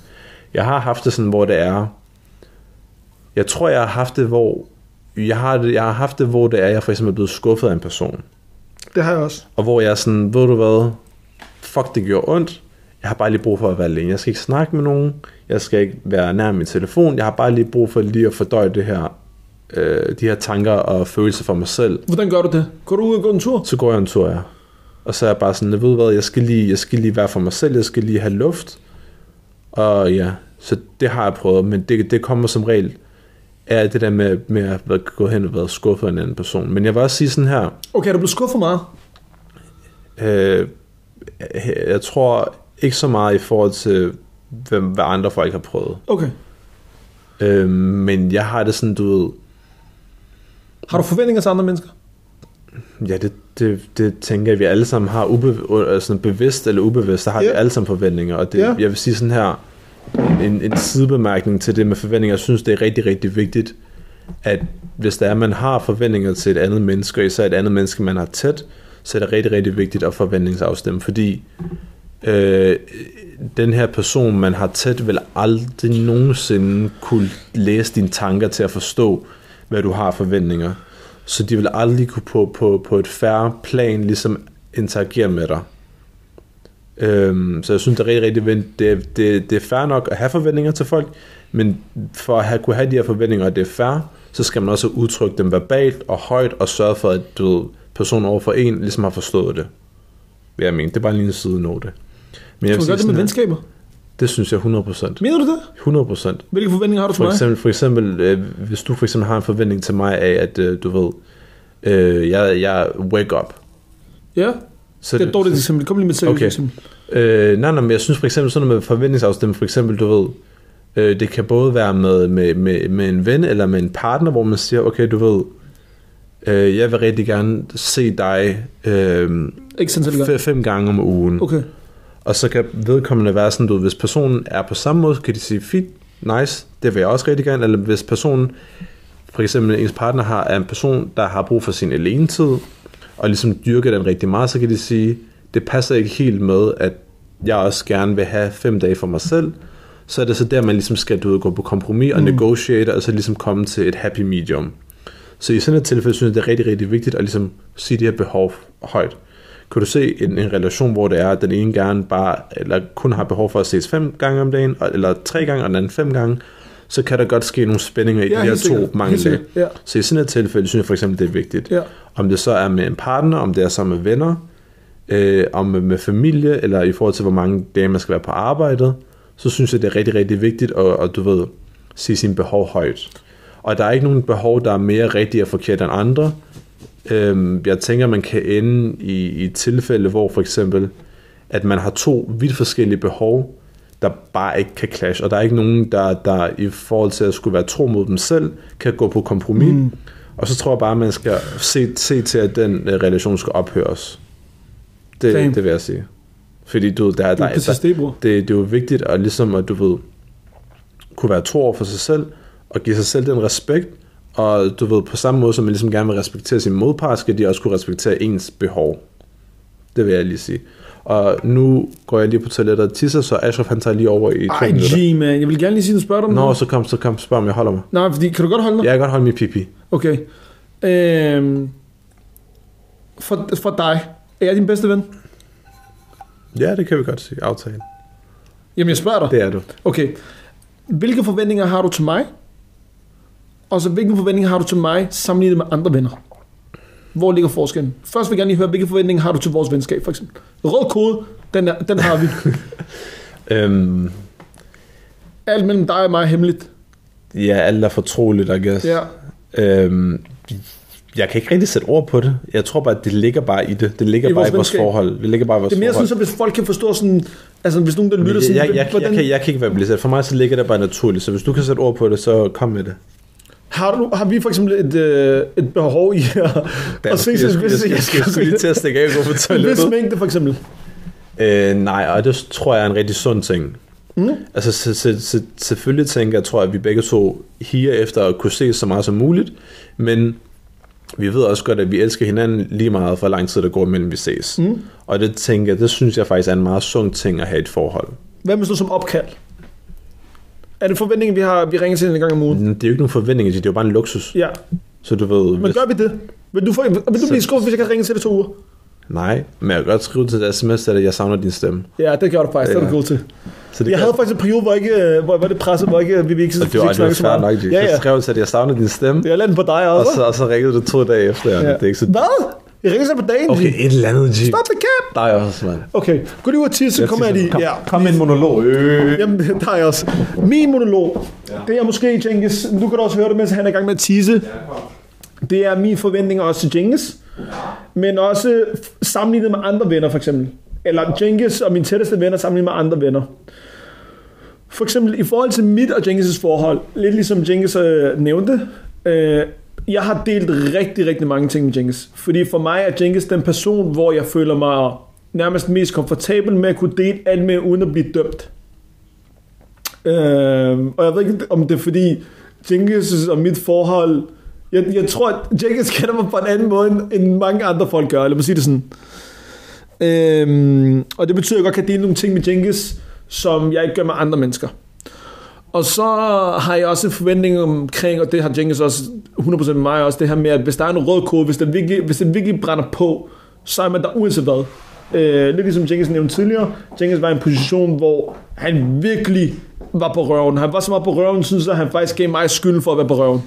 Speaker 2: Jeg har haft det sådan, hvor det er... Jeg tror, jeg har haft det, hvor... Jeg har, det, jeg har haft det, hvor det er, jeg for eksempel er blevet skuffet af en person.
Speaker 1: Det har jeg også.
Speaker 2: Og hvor jeg er sådan, ved du hvad, fuck det gjorde ondt, jeg har bare lige brug for at være alene. Jeg skal ikke snakke med nogen, jeg skal ikke være nær min telefon, jeg har bare lige brug for lige at fordøje det her, øh, de her tanker og følelser for mig selv.
Speaker 1: Hvordan gør du det? Går du ud og går en tur?
Speaker 2: Så går jeg en tur, ja. Og så er jeg bare sådan, jeg ved du hvad, jeg skal, lige, jeg skal lige være for mig selv, jeg skal lige have luft. Og ja, så det har jeg prøvet, men det, det kommer som regel af det der med, med at være gået hen og været skuffet af en anden person. Men jeg vil også sige sådan her,
Speaker 1: Okay, er du blevet skuffet meget?
Speaker 2: Øh, jeg tror ikke så meget i forhold til, hvem, hvad andre folk har prøvet.
Speaker 1: Okay.
Speaker 2: Øh, men jeg har det sådan, du ved,
Speaker 1: Har du forventninger til andre mennesker?
Speaker 2: ja, det, det, det tænker jeg, vi alle sammen har, ube, altså bevidst eller ubevidst, der har
Speaker 1: Ja.
Speaker 2: vi alle sammen forventninger. Og det,
Speaker 1: Ja.
Speaker 2: jeg vil sige sådan her, en, en sidebemærkning til det med forventninger, jeg synes, det er rigtig, rigtig vigtigt, at hvis der er, man har forventninger til et andet menneske, og især et andet menneske, man har tæt, så er det rigtig, rigtig vigtigt at forventningsafstemme, fordi øh, den her person, man har tæt, vil aldrig nogensinde kunne læse dine tanker til at forstå, hvad du har af forventninger. Så de vil aldrig kunne på, på, på et færre plan ligesom interagere med dig. Øhm, så jeg synes, det er rigtig, rigtig vigtigt. Det, er- det, det er fair nok at have forventninger til folk, men for at have, kunne have de her forventninger, og det er fair, så skal man også udtrykke dem verbalt og højt, og sørge for, at du ved, personen overfor en ligesom har forstået det. Hvad jeg mener. Det er bare lige en side note.
Speaker 1: Kan
Speaker 2: Men vil
Speaker 1: du gøre
Speaker 2: sige
Speaker 1: det med
Speaker 2: sådan her,
Speaker 1: venskaber?
Speaker 2: det synes jeg 100%.
Speaker 1: Mener du det?
Speaker 2: 100%.
Speaker 1: Hvilke forventninger har du til
Speaker 2: For
Speaker 1: mig?
Speaker 2: eksempel, for eksempel øh, hvis du for eksempel har en forventning til mig af, at øh, du ved, øh, jeg, jeg er wake up.
Speaker 1: Ja,
Speaker 2: Så
Speaker 1: det er et dårligt eksempel. Kom lige med et seriøst
Speaker 2: Okay.
Speaker 1: eksempel.
Speaker 2: Øh, nej, nej, men jeg synes for eksempel sådan noget med forventningsafstemning, for eksempel, du ved, øh, det kan både være med, med, med, med en ven eller med en partner, hvor man siger, okay, du ved, øh, jeg vil rigtig gerne se dig øh,
Speaker 1: Ikke sådan, så det gør.
Speaker 2: fe- fem gange om ugen.
Speaker 1: Okay.
Speaker 2: Og så kan vedkommende være sådan, du ved, hvis personen er på samme måde, kan de sige, fint, nice, det vil jeg også rigtig gerne. Eller hvis personen, for eksempel ens partner, har, er en person, der har brug for sin alenetid, og ligesom dyrker den rigtig meget, så kan de sige, det passer ikke helt med, at jeg også gerne vil have fem dage for mig selv. Så er det så der, man ligesom skal du ved, gå på kompromis og mm. negotiate, og så ligesom komme til et happy medium. Så i sådan et tilfælde synes jeg, det er rigtig, rigtig vigtigt at ligesom sige det her behov højt. Kan du se en, en relation, hvor det er, at den ene gerne bare, eller kun har behov for at ses fem gange om dagen, og- eller tre gange, og den anden fem gange, så kan der godt ske nogle spændinger i
Speaker 1: Ja,
Speaker 2: ja, de her
Speaker 1: helt sikkert.
Speaker 2: to
Speaker 1: Helt
Speaker 2: mangler.
Speaker 1: sikkert, ja.
Speaker 2: Så i sådan et tilfælde synes jeg for eksempel, det er vigtigt.
Speaker 1: Ja.
Speaker 2: Om det så er med en partner, om det er så med venner, øh, om med, med familie, eller i forhold til, hvor mange dage man skal være på arbejdet, så synes jeg, det er rigtig, rigtig vigtigt at, at du ved, sige sine behov højt. Og der er ikke nogen behov, der er mere rigtige og forkerte end andre. Øhm, jeg tænker, man kan ende i, i et tilfælde, hvor for eksempel, at man har to vidt forskellige behov, der bare ikke kan clash, og der er ikke nogen, der, der i forhold til at skulle være tro mod dem selv, kan gå på kompromis. Mm. Og så tror jeg bare, at man skal se, se til, at den øh, relation skal ophøres.
Speaker 1: Damn.
Speaker 2: Det, det vil jeg sige. Fordi du, ved, der, der,
Speaker 1: Det er præcis
Speaker 2: der,
Speaker 1: det, jeg bruger.
Speaker 2: det, det er jo vigtigt at ligesom at du ved kunne være tro over for sig selv og give sig selv den respekt og du ved på samme måde som man ligesom gerne vil respektere sin modpart skal de også kunne respektere ens behov det vil jeg lige sige og nu går jeg lige på toilettet og tisser så Ashraf han tager lige over i to
Speaker 1: Ej, G,
Speaker 2: minutter
Speaker 1: man. Jeg vil gerne lige sige, at du spørger dig om
Speaker 2: Nå
Speaker 1: noget.
Speaker 2: så kom så kom spørg om jeg holder mig
Speaker 1: Nej, fordi kan du godt holde dig?
Speaker 2: jeg kan godt holde min pipi
Speaker 1: Okay. Øhm, for, for dig. Er jeg din bedste ven?
Speaker 2: ja det kan vi godt sige aftale
Speaker 1: Jamen, jeg spørger dig.
Speaker 2: det er du
Speaker 1: Okay. Hvilke forventninger har du til mig? Og så hvilke forventninger har du til mig sammenlignet med andre venner? Hvor ligger forskellen? Først vil jeg gerne lige høre, hvilke forventninger har du til vores venskab, for eksempel? Rød kode, den, er, den
Speaker 2: [laughs]
Speaker 1: har vi.
Speaker 2: øhm,
Speaker 1: Alt mellem dig og mig er hemmeligt.
Speaker 2: ja alt er fortroligt I guess
Speaker 1: Ja.
Speaker 2: Øhm, jeg kan ikke rigtig sætte ord på det. Jeg tror bare, at det ligger bare i det. Det ligger
Speaker 1: I
Speaker 2: I bare
Speaker 1: vores
Speaker 2: i vores
Speaker 1: venskab.
Speaker 2: forhold. Det ligger bare i vores
Speaker 1: Det er mere sådan,
Speaker 2: forhold.
Speaker 1: så hvis folk kan forstå sådan... Altså, hvis nogen, der lytter sådan...
Speaker 2: jeg, jeg, jeg, jeg,
Speaker 1: hvordan-
Speaker 2: kan, jeg kan ikke være blæst. For mig så ligger det bare naturligt. Så hvis du kan sætte ord på det, så kom med det.
Speaker 1: Har, du, har vi for eksempel et, øh, et behov i at, at se sig
Speaker 2: jeg, jeg, jeg, jeg, jeg skulle lige til at stikke af og gå på
Speaker 1: en vis
Speaker 2: toilettet.
Speaker 1: mængde for eksempel.
Speaker 2: Øh, nej, og det tror jeg er en rigtig sund ting. Mm. Altså se, se, se, selvfølgelig tænker jeg, tror jeg, at vi begge to higer efter at kunne se så meget som muligt, men vi ved også godt, at vi elsker hinanden lige meget for lang tid, der går, imellem vi ses. Mm. Og det tænker jeg, det synes jeg faktisk er en meget sund ting at have i et forhold.
Speaker 1: Hvad med sådan noget som opkald? Er det forventningen, vi har, vi ringer til en gang om ugen?
Speaker 2: Men Det er jo ikke nogen forventninger til det, det er jo bare en luksus.
Speaker 1: Ja.
Speaker 2: Så du ved,
Speaker 1: Men
Speaker 2: hvis...
Speaker 1: gør vi det? Vil du, få, vil du blive skuffet, hvis jeg kan ringe til det to uger?
Speaker 2: Nej, men jeg kan godt skrive til det sms, at jeg savner din stemme.
Speaker 1: Ja, det gjorde du faktisk. Ja. Det er du
Speaker 2: Ja.
Speaker 1: god til.
Speaker 2: Så det
Speaker 1: Jeg
Speaker 2: kan-
Speaker 1: havde faktisk en periode, hvor, jeg ikke, øh, hvor jeg var det presset, hvor jeg ikke, vi ikke,
Speaker 2: Og det
Speaker 1: ikke
Speaker 2: var, det var
Speaker 1: snakkede så
Speaker 2: svært nok.
Speaker 1: meget.
Speaker 2: Ja,
Speaker 1: Ja,
Speaker 2: ja. Jeg
Speaker 1: ja.
Speaker 2: skrev til, at jeg savner din stemme,
Speaker 1: Jeg landede på dig
Speaker 2: og
Speaker 1: også.
Speaker 2: så, og så ringede du to dage efter. Ja.
Speaker 1: ja.
Speaker 2: Det er ikke så...
Speaker 1: Hvad? Jeg ringer så på dagen.
Speaker 2: Okay, et eller andet, G.
Speaker 1: Stop the cap!
Speaker 2: Dig også, mand.
Speaker 1: Okay, gå lige ud og tisse, så kommer jeg lige.
Speaker 2: Kom,
Speaker 1: Ja.
Speaker 2: kom med en monolog. Øh.
Speaker 1: Jamen, der er jeg også. Min monolog, ja. det jeg måske, Jenkins, du kan da også høre det, mens han er i gang med at tisse. Det er min forventning også til Jenkins, men også f- sammenlignet med andre venner for eksempel. Eller Jenkins og mine tætteste venner sammenlignet med andre venner. For eksempel i forhold til mit og Jenkins' forhold, lidt ligesom Jenkins øh, nævnte, øh, jeg har delt rigtig, rigtig mange ting med Jenkins. Fordi for mig er Jenkins den person, hvor jeg føler mig nærmest mest komfortabel med at kunne dele alt med, uden at blive dømt. Øh, og jeg ved ikke, om det er fordi Jenkins og mit forhold... Jeg, jeg tror, at Jenkins kender mig på en anden måde, end- end mange andre folk gør. Lad mig sige det sådan. Øh, og det betyder, at jeg godt kan dele nogle ting med Jenkins, som jeg ikke gør med andre mennesker. Og så har jeg også en forventning omkring, og det har Jenkins også 100% med mig også, det her med, at hvis der er en rød kode, hvis den virkelig, hvis den virkelig brænder på, så er man der uanset hvad. Øh, lidt ligesom Jenkins nævnte tidligere, Jenkins var i en position, hvor han virkelig var på røven. Han var så meget på røven, synes jeg, at han faktisk gav mig skylden for at være på røven.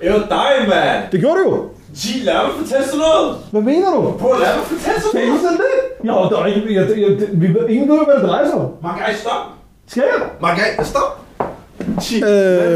Speaker 3: Det er jo dig, mand!
Speaker 1: Det gjorde du jo!
Speaker 3: G, lad mig fortælle sådan noget!
Speaker 1: Hvad mener du?
Speaker 3: Bro, lad mig fortælle sådan noget!
Speaker 1: Jo, der er ingen, jeg, jeg, vi, ingen ved, hvad det drejer sig om.
Speaker 3: Magai, stop!
Speaker 1: Skal jeg?
Speaker 3: Magai, stop! G,
Speaker 1: Øhm.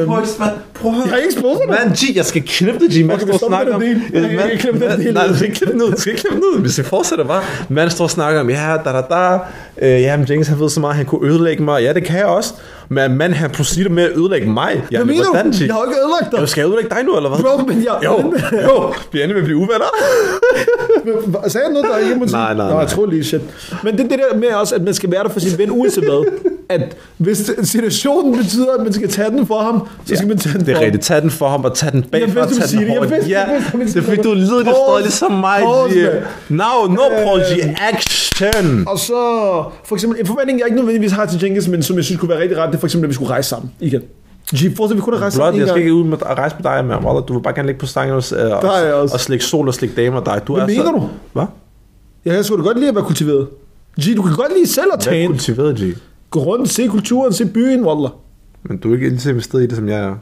Speaker 3: prøv at mand. Prøv at
Speaker 1: Jeg har ikke spurgt dig.
Speaker 2: Man, G, jeg skal knippe det, G. Man
Speaker 1: Okay,
Speaker 2: står og
Speaker 1: stop
Speaker 2: snakker
Speaker 1: med
Speaker 2: om...
Speaker 1: den del. Jeg kan
Speaker 2: man-
Speaker 1: ikke klippe den
Speaker 2: man-
Speaker 1: del
Speaker 2: Nej,
Speaker 1: ud.
Speaker 2: du skal ikke klippe den ud. Du skal ikke klippe den ud. Hvis jeg fortsætter bare. Man står og snakker om, ja, da, da, da. Øh, ja, men Jenkins, han ved så meget, han kunne ødelægge mig. Ja, det kan jeg også. Men man, han proceder med at ødelægge mig. Jeg,
Speaker 1: Hvad mener du?
Speaker 2: hvordan, G?
Speaker 1: Jeg har jo ikke ødelagt dig.
Speaker 2: Jeg skal jeg ødelægge dig nu, eller hvad?
Speaker 1: Bro, men jeg...
Speaker 2: Jo, jo. Vi ender med at blive uvenner.
Speaker 1: Hva- øh, Sagde jeg noget, der ikke må sige?
Speaker 2: Nej, nej,
Speaker 1: Nå,
Speaker 2: nej.
Speaker 1: jeg tror lige shit. Men det er det der med også, at man skal være der for sin ven, uanset hvad. At hvis situationen betyder, at man skal tage den for ham, så skal man tage den
Speaker 2: Det er
Speaker 1: for
Speaker 2: rigtigt. Tag den for ham, og tag den bag
Speaker 1: Jeg
Speaker 2: for, og
Speaker 1: vidste, du
Speaker 2: tag
Speaker 1: ville
Speaker 2: den
Speaker 1: sige det. Jeg vidste, jeg vidste, du
Speaker 2: hårdt.
Speaker 1: ville
Speaker 2: Ja,
Speaker 1: sige
Speaker 2: selvfølgelig, du
Speaker 1: det.
Speaker 2: lyder det stadig
Speaker 1: Pause.
Speaker 2: ligesom mig.
Speaker 1: Pause,
Speaker 2: G.
Speaker 1: mand.
Speaker 2: Now, no, Paul G. Action.
Speaker 1: ham. Og så, for eksempel, en forventning, jeg ikke nødvendigvis har til Jenkins, men som jeg synes kunne være rigtig rart, det er for eksempel, at vi skulle rejse sammen igen. Jeep, forestil, vi kunne have rejst
Speaker 2: Blot,
Speaker 1: sammen en
Speaker 2: jeg skal
Speaker 1: gang.
Speaker 2: ikke ud med at rejse med dig, mand. Wallah, Du vil bare gerne ligge på stangen og, øh,
Speaker 1: Der er jeg
Speaker 2: og,
Speaker 1: også.
Speaker 2: og slikke sol og slikke damer dig. Du
Speaker 1: Hvad
Speaker 2: er så-
Speaker 1: mener du?
Speaker 2: Hvad?
Speaker 1: Ja, jeg skulle da godt lide at være kultiveret. G, du kan godt lide selv at
Speaker 2: Hvad
Speaker 1: tage
Speaker 2: er
Speaker 1: en.
Speaker 2: kultiveret, G?
Speaker 1: Gå rundt, se kulturen, se byen, wallah.
Speaker 2: Men du er ikke lige så investeret i det, som jeg er.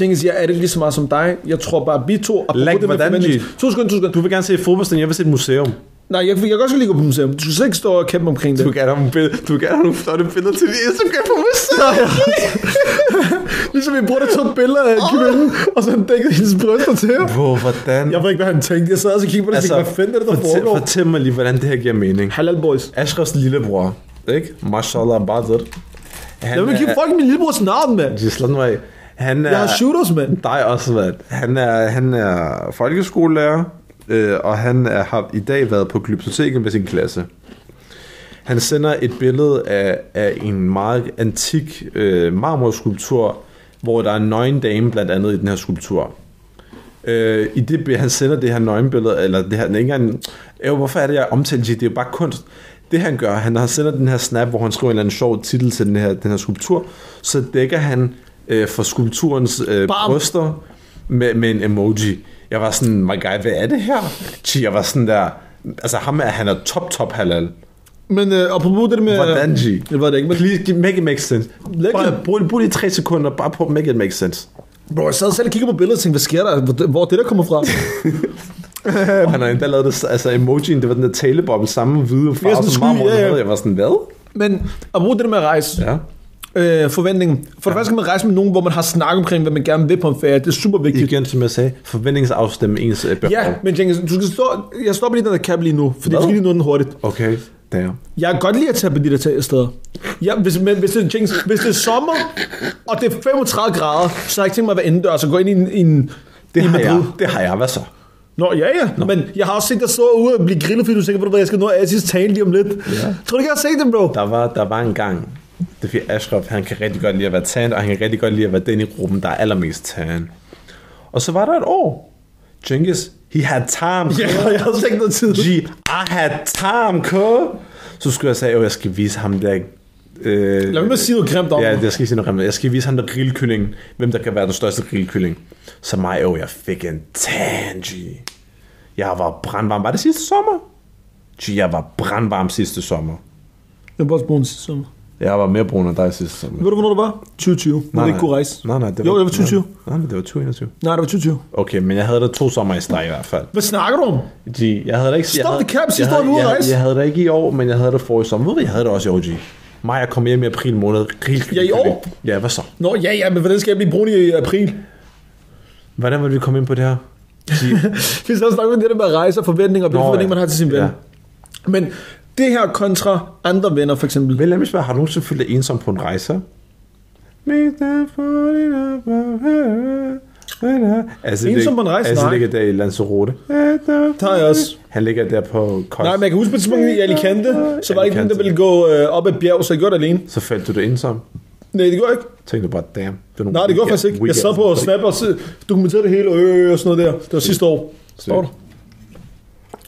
Speaker 1: Jenkins, jeg er det lige så meget som dig. Jeg tror bare, vi to... apropos
Speaker 2: Lag,
Speaker 1: det med
Speaker 2: hvordan,
Speaker 1: forventning-
Speaker 2: G?
Speaker 1: To sekunder, to sekunder.
Speaker 2: Du vil gerne se et fodboldstadion, jeg vil se et museum.
Speaker 1: Nej, jeg, jeg kan godt lige gå på museum. Du skal slet ikke stå og kæmpe omkring det.
Speaker 2: Du vil gerne have nogle, billeder, du vil gerne have nogle flotte billeder til din Instagram på museum.
Speaker 1: [laughs] Nej, ja. ligesom vi brugte to billeder af kvinden, og så dækkede hendes bryster til.
Speaker 2: Bro, hvordan?
Speaker 1: Jeg ved ikke, hvad han tænkte. Jeg sad også og kiggede på det, altså, og tænkte, hvad fanden er det, der
Speaker 2: fortæl,
Speaker 1: foregår?
Speaker 2: fortæl mig lige, hvordan det her giver mening.
Speaker 1: Halal boys.
Speaker 2: Ashrafs lillebror, ikke? Mashallah Badr. Han
Speaker 1: Jeg vil give
Speaker 2: er...
Speaker 1: fucking min lillebrors navn, mand.
Speaker 2: De slår nu af. Han er...
Speaker 1: Jeg har shooters, mand.
Speaker 2: Dig også, mand. Han er, han er folkeskolelærer, øh, og han er, har i dag været på glyptoteket med sin klasse. Han sender et billede af, af en meget antik øh, marmorskulptur, hvor der er en nøgen dame blandt andet i den her skulptur. Øh, I det bi- han sender det her nøgenbillede, eller det her, ikke engang, øh, hvorfor er det, jeg omtaler det? Det er jo bare kunst. Det han gør, han har sender den her snap, hvor han skriver en eller anden sjov titel til den her, den her skulptur, så dækker han øh, for skulpturens øh,
Speaker 1: Bam!
Speaker 2: bryster med, med en emoji. Jeg var sådan, my guy, hvad er det her? Chi, jeg var sådan der, altså ham er, han er top, top halal.
Speaker 1: Men øh, apropos det der med...
Speaker 2: Hvordan, G?
Speaker 1: Jeg ved det ikke, men...
Speaker 2: Please, give- make it make sense.
Speaker 1: Læg
Speaker 2: Bare,
Speaker 1: det.
Speaker 2: brug, brug lige tre sekunder bare på, make it make sense.
Speaker 1: Bro, jeg sad selv og kiggede på billedet og tænkte, hvad sker der? Hvor- Hvor er det, der kommer
Speaker 2: [laughs]
Speaker 1: fra?
Speaker 2: Og han har endda lavet det, altså emojien, det var den der taleboble, samme hvide
Speaker 1: Ja,
Speaker 2: farve
Speaker 1: sådan
Speaker 2: som
Speaker 1: sky,
Speaker 2: marmor,
Speaker 1: ja, ja.
Speaker 2: ja, ja. jeg var sådan, hvad?
Speaker 1: Men apropos det der med at rejse.
Speaker 2: Ja.
Speaker 1: Øh, forventningen. For det første skal man rejse med nogen, hvor man har snakket omkring, hvad man gerne vil på en ferie. Det er super vigtigt.
Speaker 2: Igen, som jeg sagde, forventningsafstemme ens øh, behov.
Speaker 1: Ja, men Jenkins, du skal stå, jeg stopper lige den der cap lige nu, fordi
Speaker 2: Hvad?
Speaker 1: vi skal lige nå den hurtigt.
Speaker 2: Okay. Damn.
Speaker 1: Jeg kan godt lide at tage på de der tage steder. Ja, hvis, men, hvis, det er, Jinx, hvis det er sommer, og det er 35 grader, så har jeg ikke tænkt mig at være indendørs og gå ind i en... i en
Speaker 2: Det
Speaker 1: i
Speaker 2: har,
Speaker 1: Madrid.
Speaker 2: jeg. det har jeg. Hvad så?
Speaker 1: Nå, ja, ja. Nå. Men jeg har også set dig stå ude og blive grillet, fordi du tænker, ved du hvad, jeg skal nå Asis tale lige om lidt. Ja. Tror du ikke, jeg har set det, bro?
Speaker 2: Der var, der var en gang, det er fordi Ashraf, han kan rigtig godt lide at være tan, og han kan rigtig godt lide at være den i gruppen, der er allermest tan. Og så var der et år. Genghis, he had time.
Speaker 1: Ja, jeg har slet ikke noget tid.
Speaker 2: G, I had time, ko. Så skulle jeg sige, at jeg skal vise ham der... Øh,
Speaker 1: Lad mig sige noget grimt om
Speaker 2: Ja,
Speaker 1: ham.
Speaker 2: det skal ikke sige noget grimt. Jeg skal vise ham der grillkylling, hvem der kan være den største grillkylling. Så mig, åh, jeg fik en tan, G. Jeg var brandvarm. Var det sidste sommer? G, jeg var brandvarm sidste sommer.
Speaker 1: Jeg var også brun sidste sommer.
Speaker 2: Jeg var mere brun end dig sidste sommer.
Speaker 1: Ved du, hvornår det var? 2020. Hvor det ikke kunne rejse.
Speaker 2: Nej, nej, det
Speaker 1: jo,
Speaker 2: var,
Speaker 1: det var 2020.
Speaker 2: Nej, nej, det var 2021.
Speaker 1: Nej, det var 2020.
Speaker 2: Okay, men jeg havde da to sommer i streg i hvert fald.
Speaker 1: Hvad snakker du om?
Speaker 2: G, jeg havde da ikke... jeg
Speaker 1: Stop
Speaker 2: havde-
Speaker 1: the cap, sidste
Speaker 2: jeg
Speaker 1: år,
Speaker 2: havde-
Speaker 1: vi var ude
Speaker 2: jeg,
Speaker 1: at rejse.
Speaker 2: jeg, havde da ikke i år, men jeg havde det for i sommer. Ved du, hvad, jeg havde det også i år, G. Mig, jeg kom hjem i april måned. Grill,
Speaker 1: Ja, i år?
Speaker 2: Ja, hvad så?
Speaker 1: Nå, ja, ja, men hvordan skal jeg blive brun i april?
Speaker 2: Hvordan vil vi komme ind på det her?
Speaker 1: [laughs] Vi så snakker om det der med rejser, forventninger, og hvilke
Speaker 2: Nå,
Speaker 1: forventninger man
Speaker 2: ja.
Speaker 1: har til sin ven. Ja.
Speaker 2: Ja.
Speaker 1: Men det her kontra andre venner, for eksempel.
Speaker 2: Vel, lad mig spørge, har du nogensinde følt dig ensom på en rejse? øh, Altså,
Speaker 1: Ensom på en rejse?
Speaker 2: Altså,
Speaker 1: Nej.
Speaker 2: ligger der i Lanzarote.
Speaker 1: Det har jeg også.
Speaker 2: Han ligger der på Kos.
Speaker 1: Nej, men jeg kan huske på et tidspunkt i Alicante, så var det ikke nogen, der ville gå øh, op ad et bjerg, så jeg gjorde det alene.
Speaker 2: Så faldt du dig ensom.
Speaker 1: Nej, det gjorde jeg ikke.
Speaker 2: Tænkte du bare, damn. Det er nogle
Speaker 1: Nej, det gjorde jeg faktisk
Speaker 2: weekend-
Speaker 1: ikke. Jeg
Speaker 2: weekend-
Speaker 1: sad på Snap og se- dokumenterede det hele, øh, øh, og sådan noget der. Det var sidste år. Står der.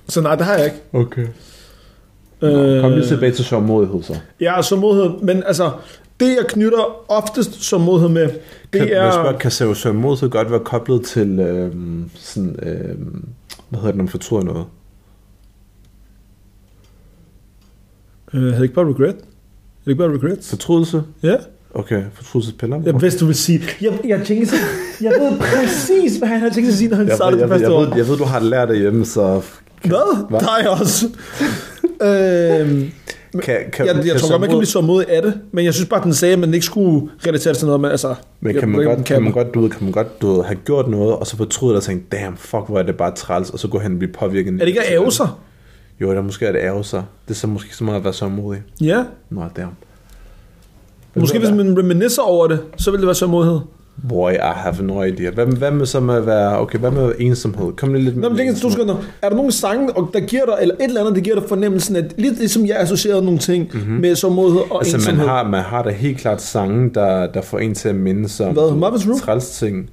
Speaker 1: Så nej, det har jeg ikke.
Speaker 2: Okay.
Speaker 1: Øh,
Speaker 2: Kom lige tilbage til sørgmodighed så.
Speaker 1: Ja, som modhed. Men altså, det jeg knytter oftest som modhed med,
Speaker 2: Kan,
Speaker 1: det er...
Speaker 2: spørge, kan sør- sørgmodighed godt være koblet til øhm, sådan, øhm, hvad hedder det, når man fortryder noget?
Speaker 1: Øh, havde ikke bare regret? Havde ikke bare regrets?
Speaker 2: Fortrydelse?
Speaker 1: Ja.
Speaker 2: Okay, fortrydelsespiller.
Speaker 1: Jeg vidste, du ville sige... Jeg, jeg tænkte så... Jeg ved præcis, hvad han har tænkt sig at sige, når han
Speaker 2: jeg, ved,
Speaker 1: startede
Speaker 2: jeg,
Speaker 1: det
Speaker 2: ved,
Speaker 1: første år.
Speaker 2: jeg, ved, jeg ved, du har lært derhjemme, så
Speaker 1: Hvad?
Speaker 2: Hva?
Speaker 1: Der er jeg også. øhm,
Speaker 2: kan, kan,
Speaker 1: jeg, jeg tror godt, man kan blive så modig af det, men jeg synes bare, den sagde, at man ikke skulle relatere det til noget, men altså...
Speaker 2: men
Speaker 1: jeg-
Speaker 2: kan man,
Speaker 1: jeg-
Speaker 2: godt, kan man
Speaker 1: man-
Speaker 2: godt, du ved, kan man godt du ved, have gjort noget, og så fortryde det og tænke, damn, fuck, hvor er det bare træls, og så gå hen og blive påvirket.
Speaker 1: Er det ikke at æve sig?
Speaker 2: Jo, der måske er det ærge sig. Det er så måske ikke så meget at være sørgmodig.
Speaker 1: Ja.
Speaker 2: Nå, damn.
Speaker 1: Måske hvis man reminiscer over det, så vil det være så modhed.
Speaker 2: Boy, I have no idea. Hvad, hvad med så med at være... Okay, hvad med ensomhed? Kom lige lidt med
Speaker 1: Nå, men det er ikke, du skal nå. Er der nogle sange, og der giver dig, eller et eller andet, der giver dig fornemmelsen, at lidt ligesom jeg associerede nogle ting mm-hmm. med sårmodhed og altså,
Speaker 2: Mhm. Altså, man
Speaker 1: ensomhed? Har...
Speaker 2: har, man har da helt klart sange, der, der får en til at minde sig om...
Speaker 1: Hvad?
Speaker 2: du ved,
Speaker 1: Muppets Room?
Speaker 2: Træls ting.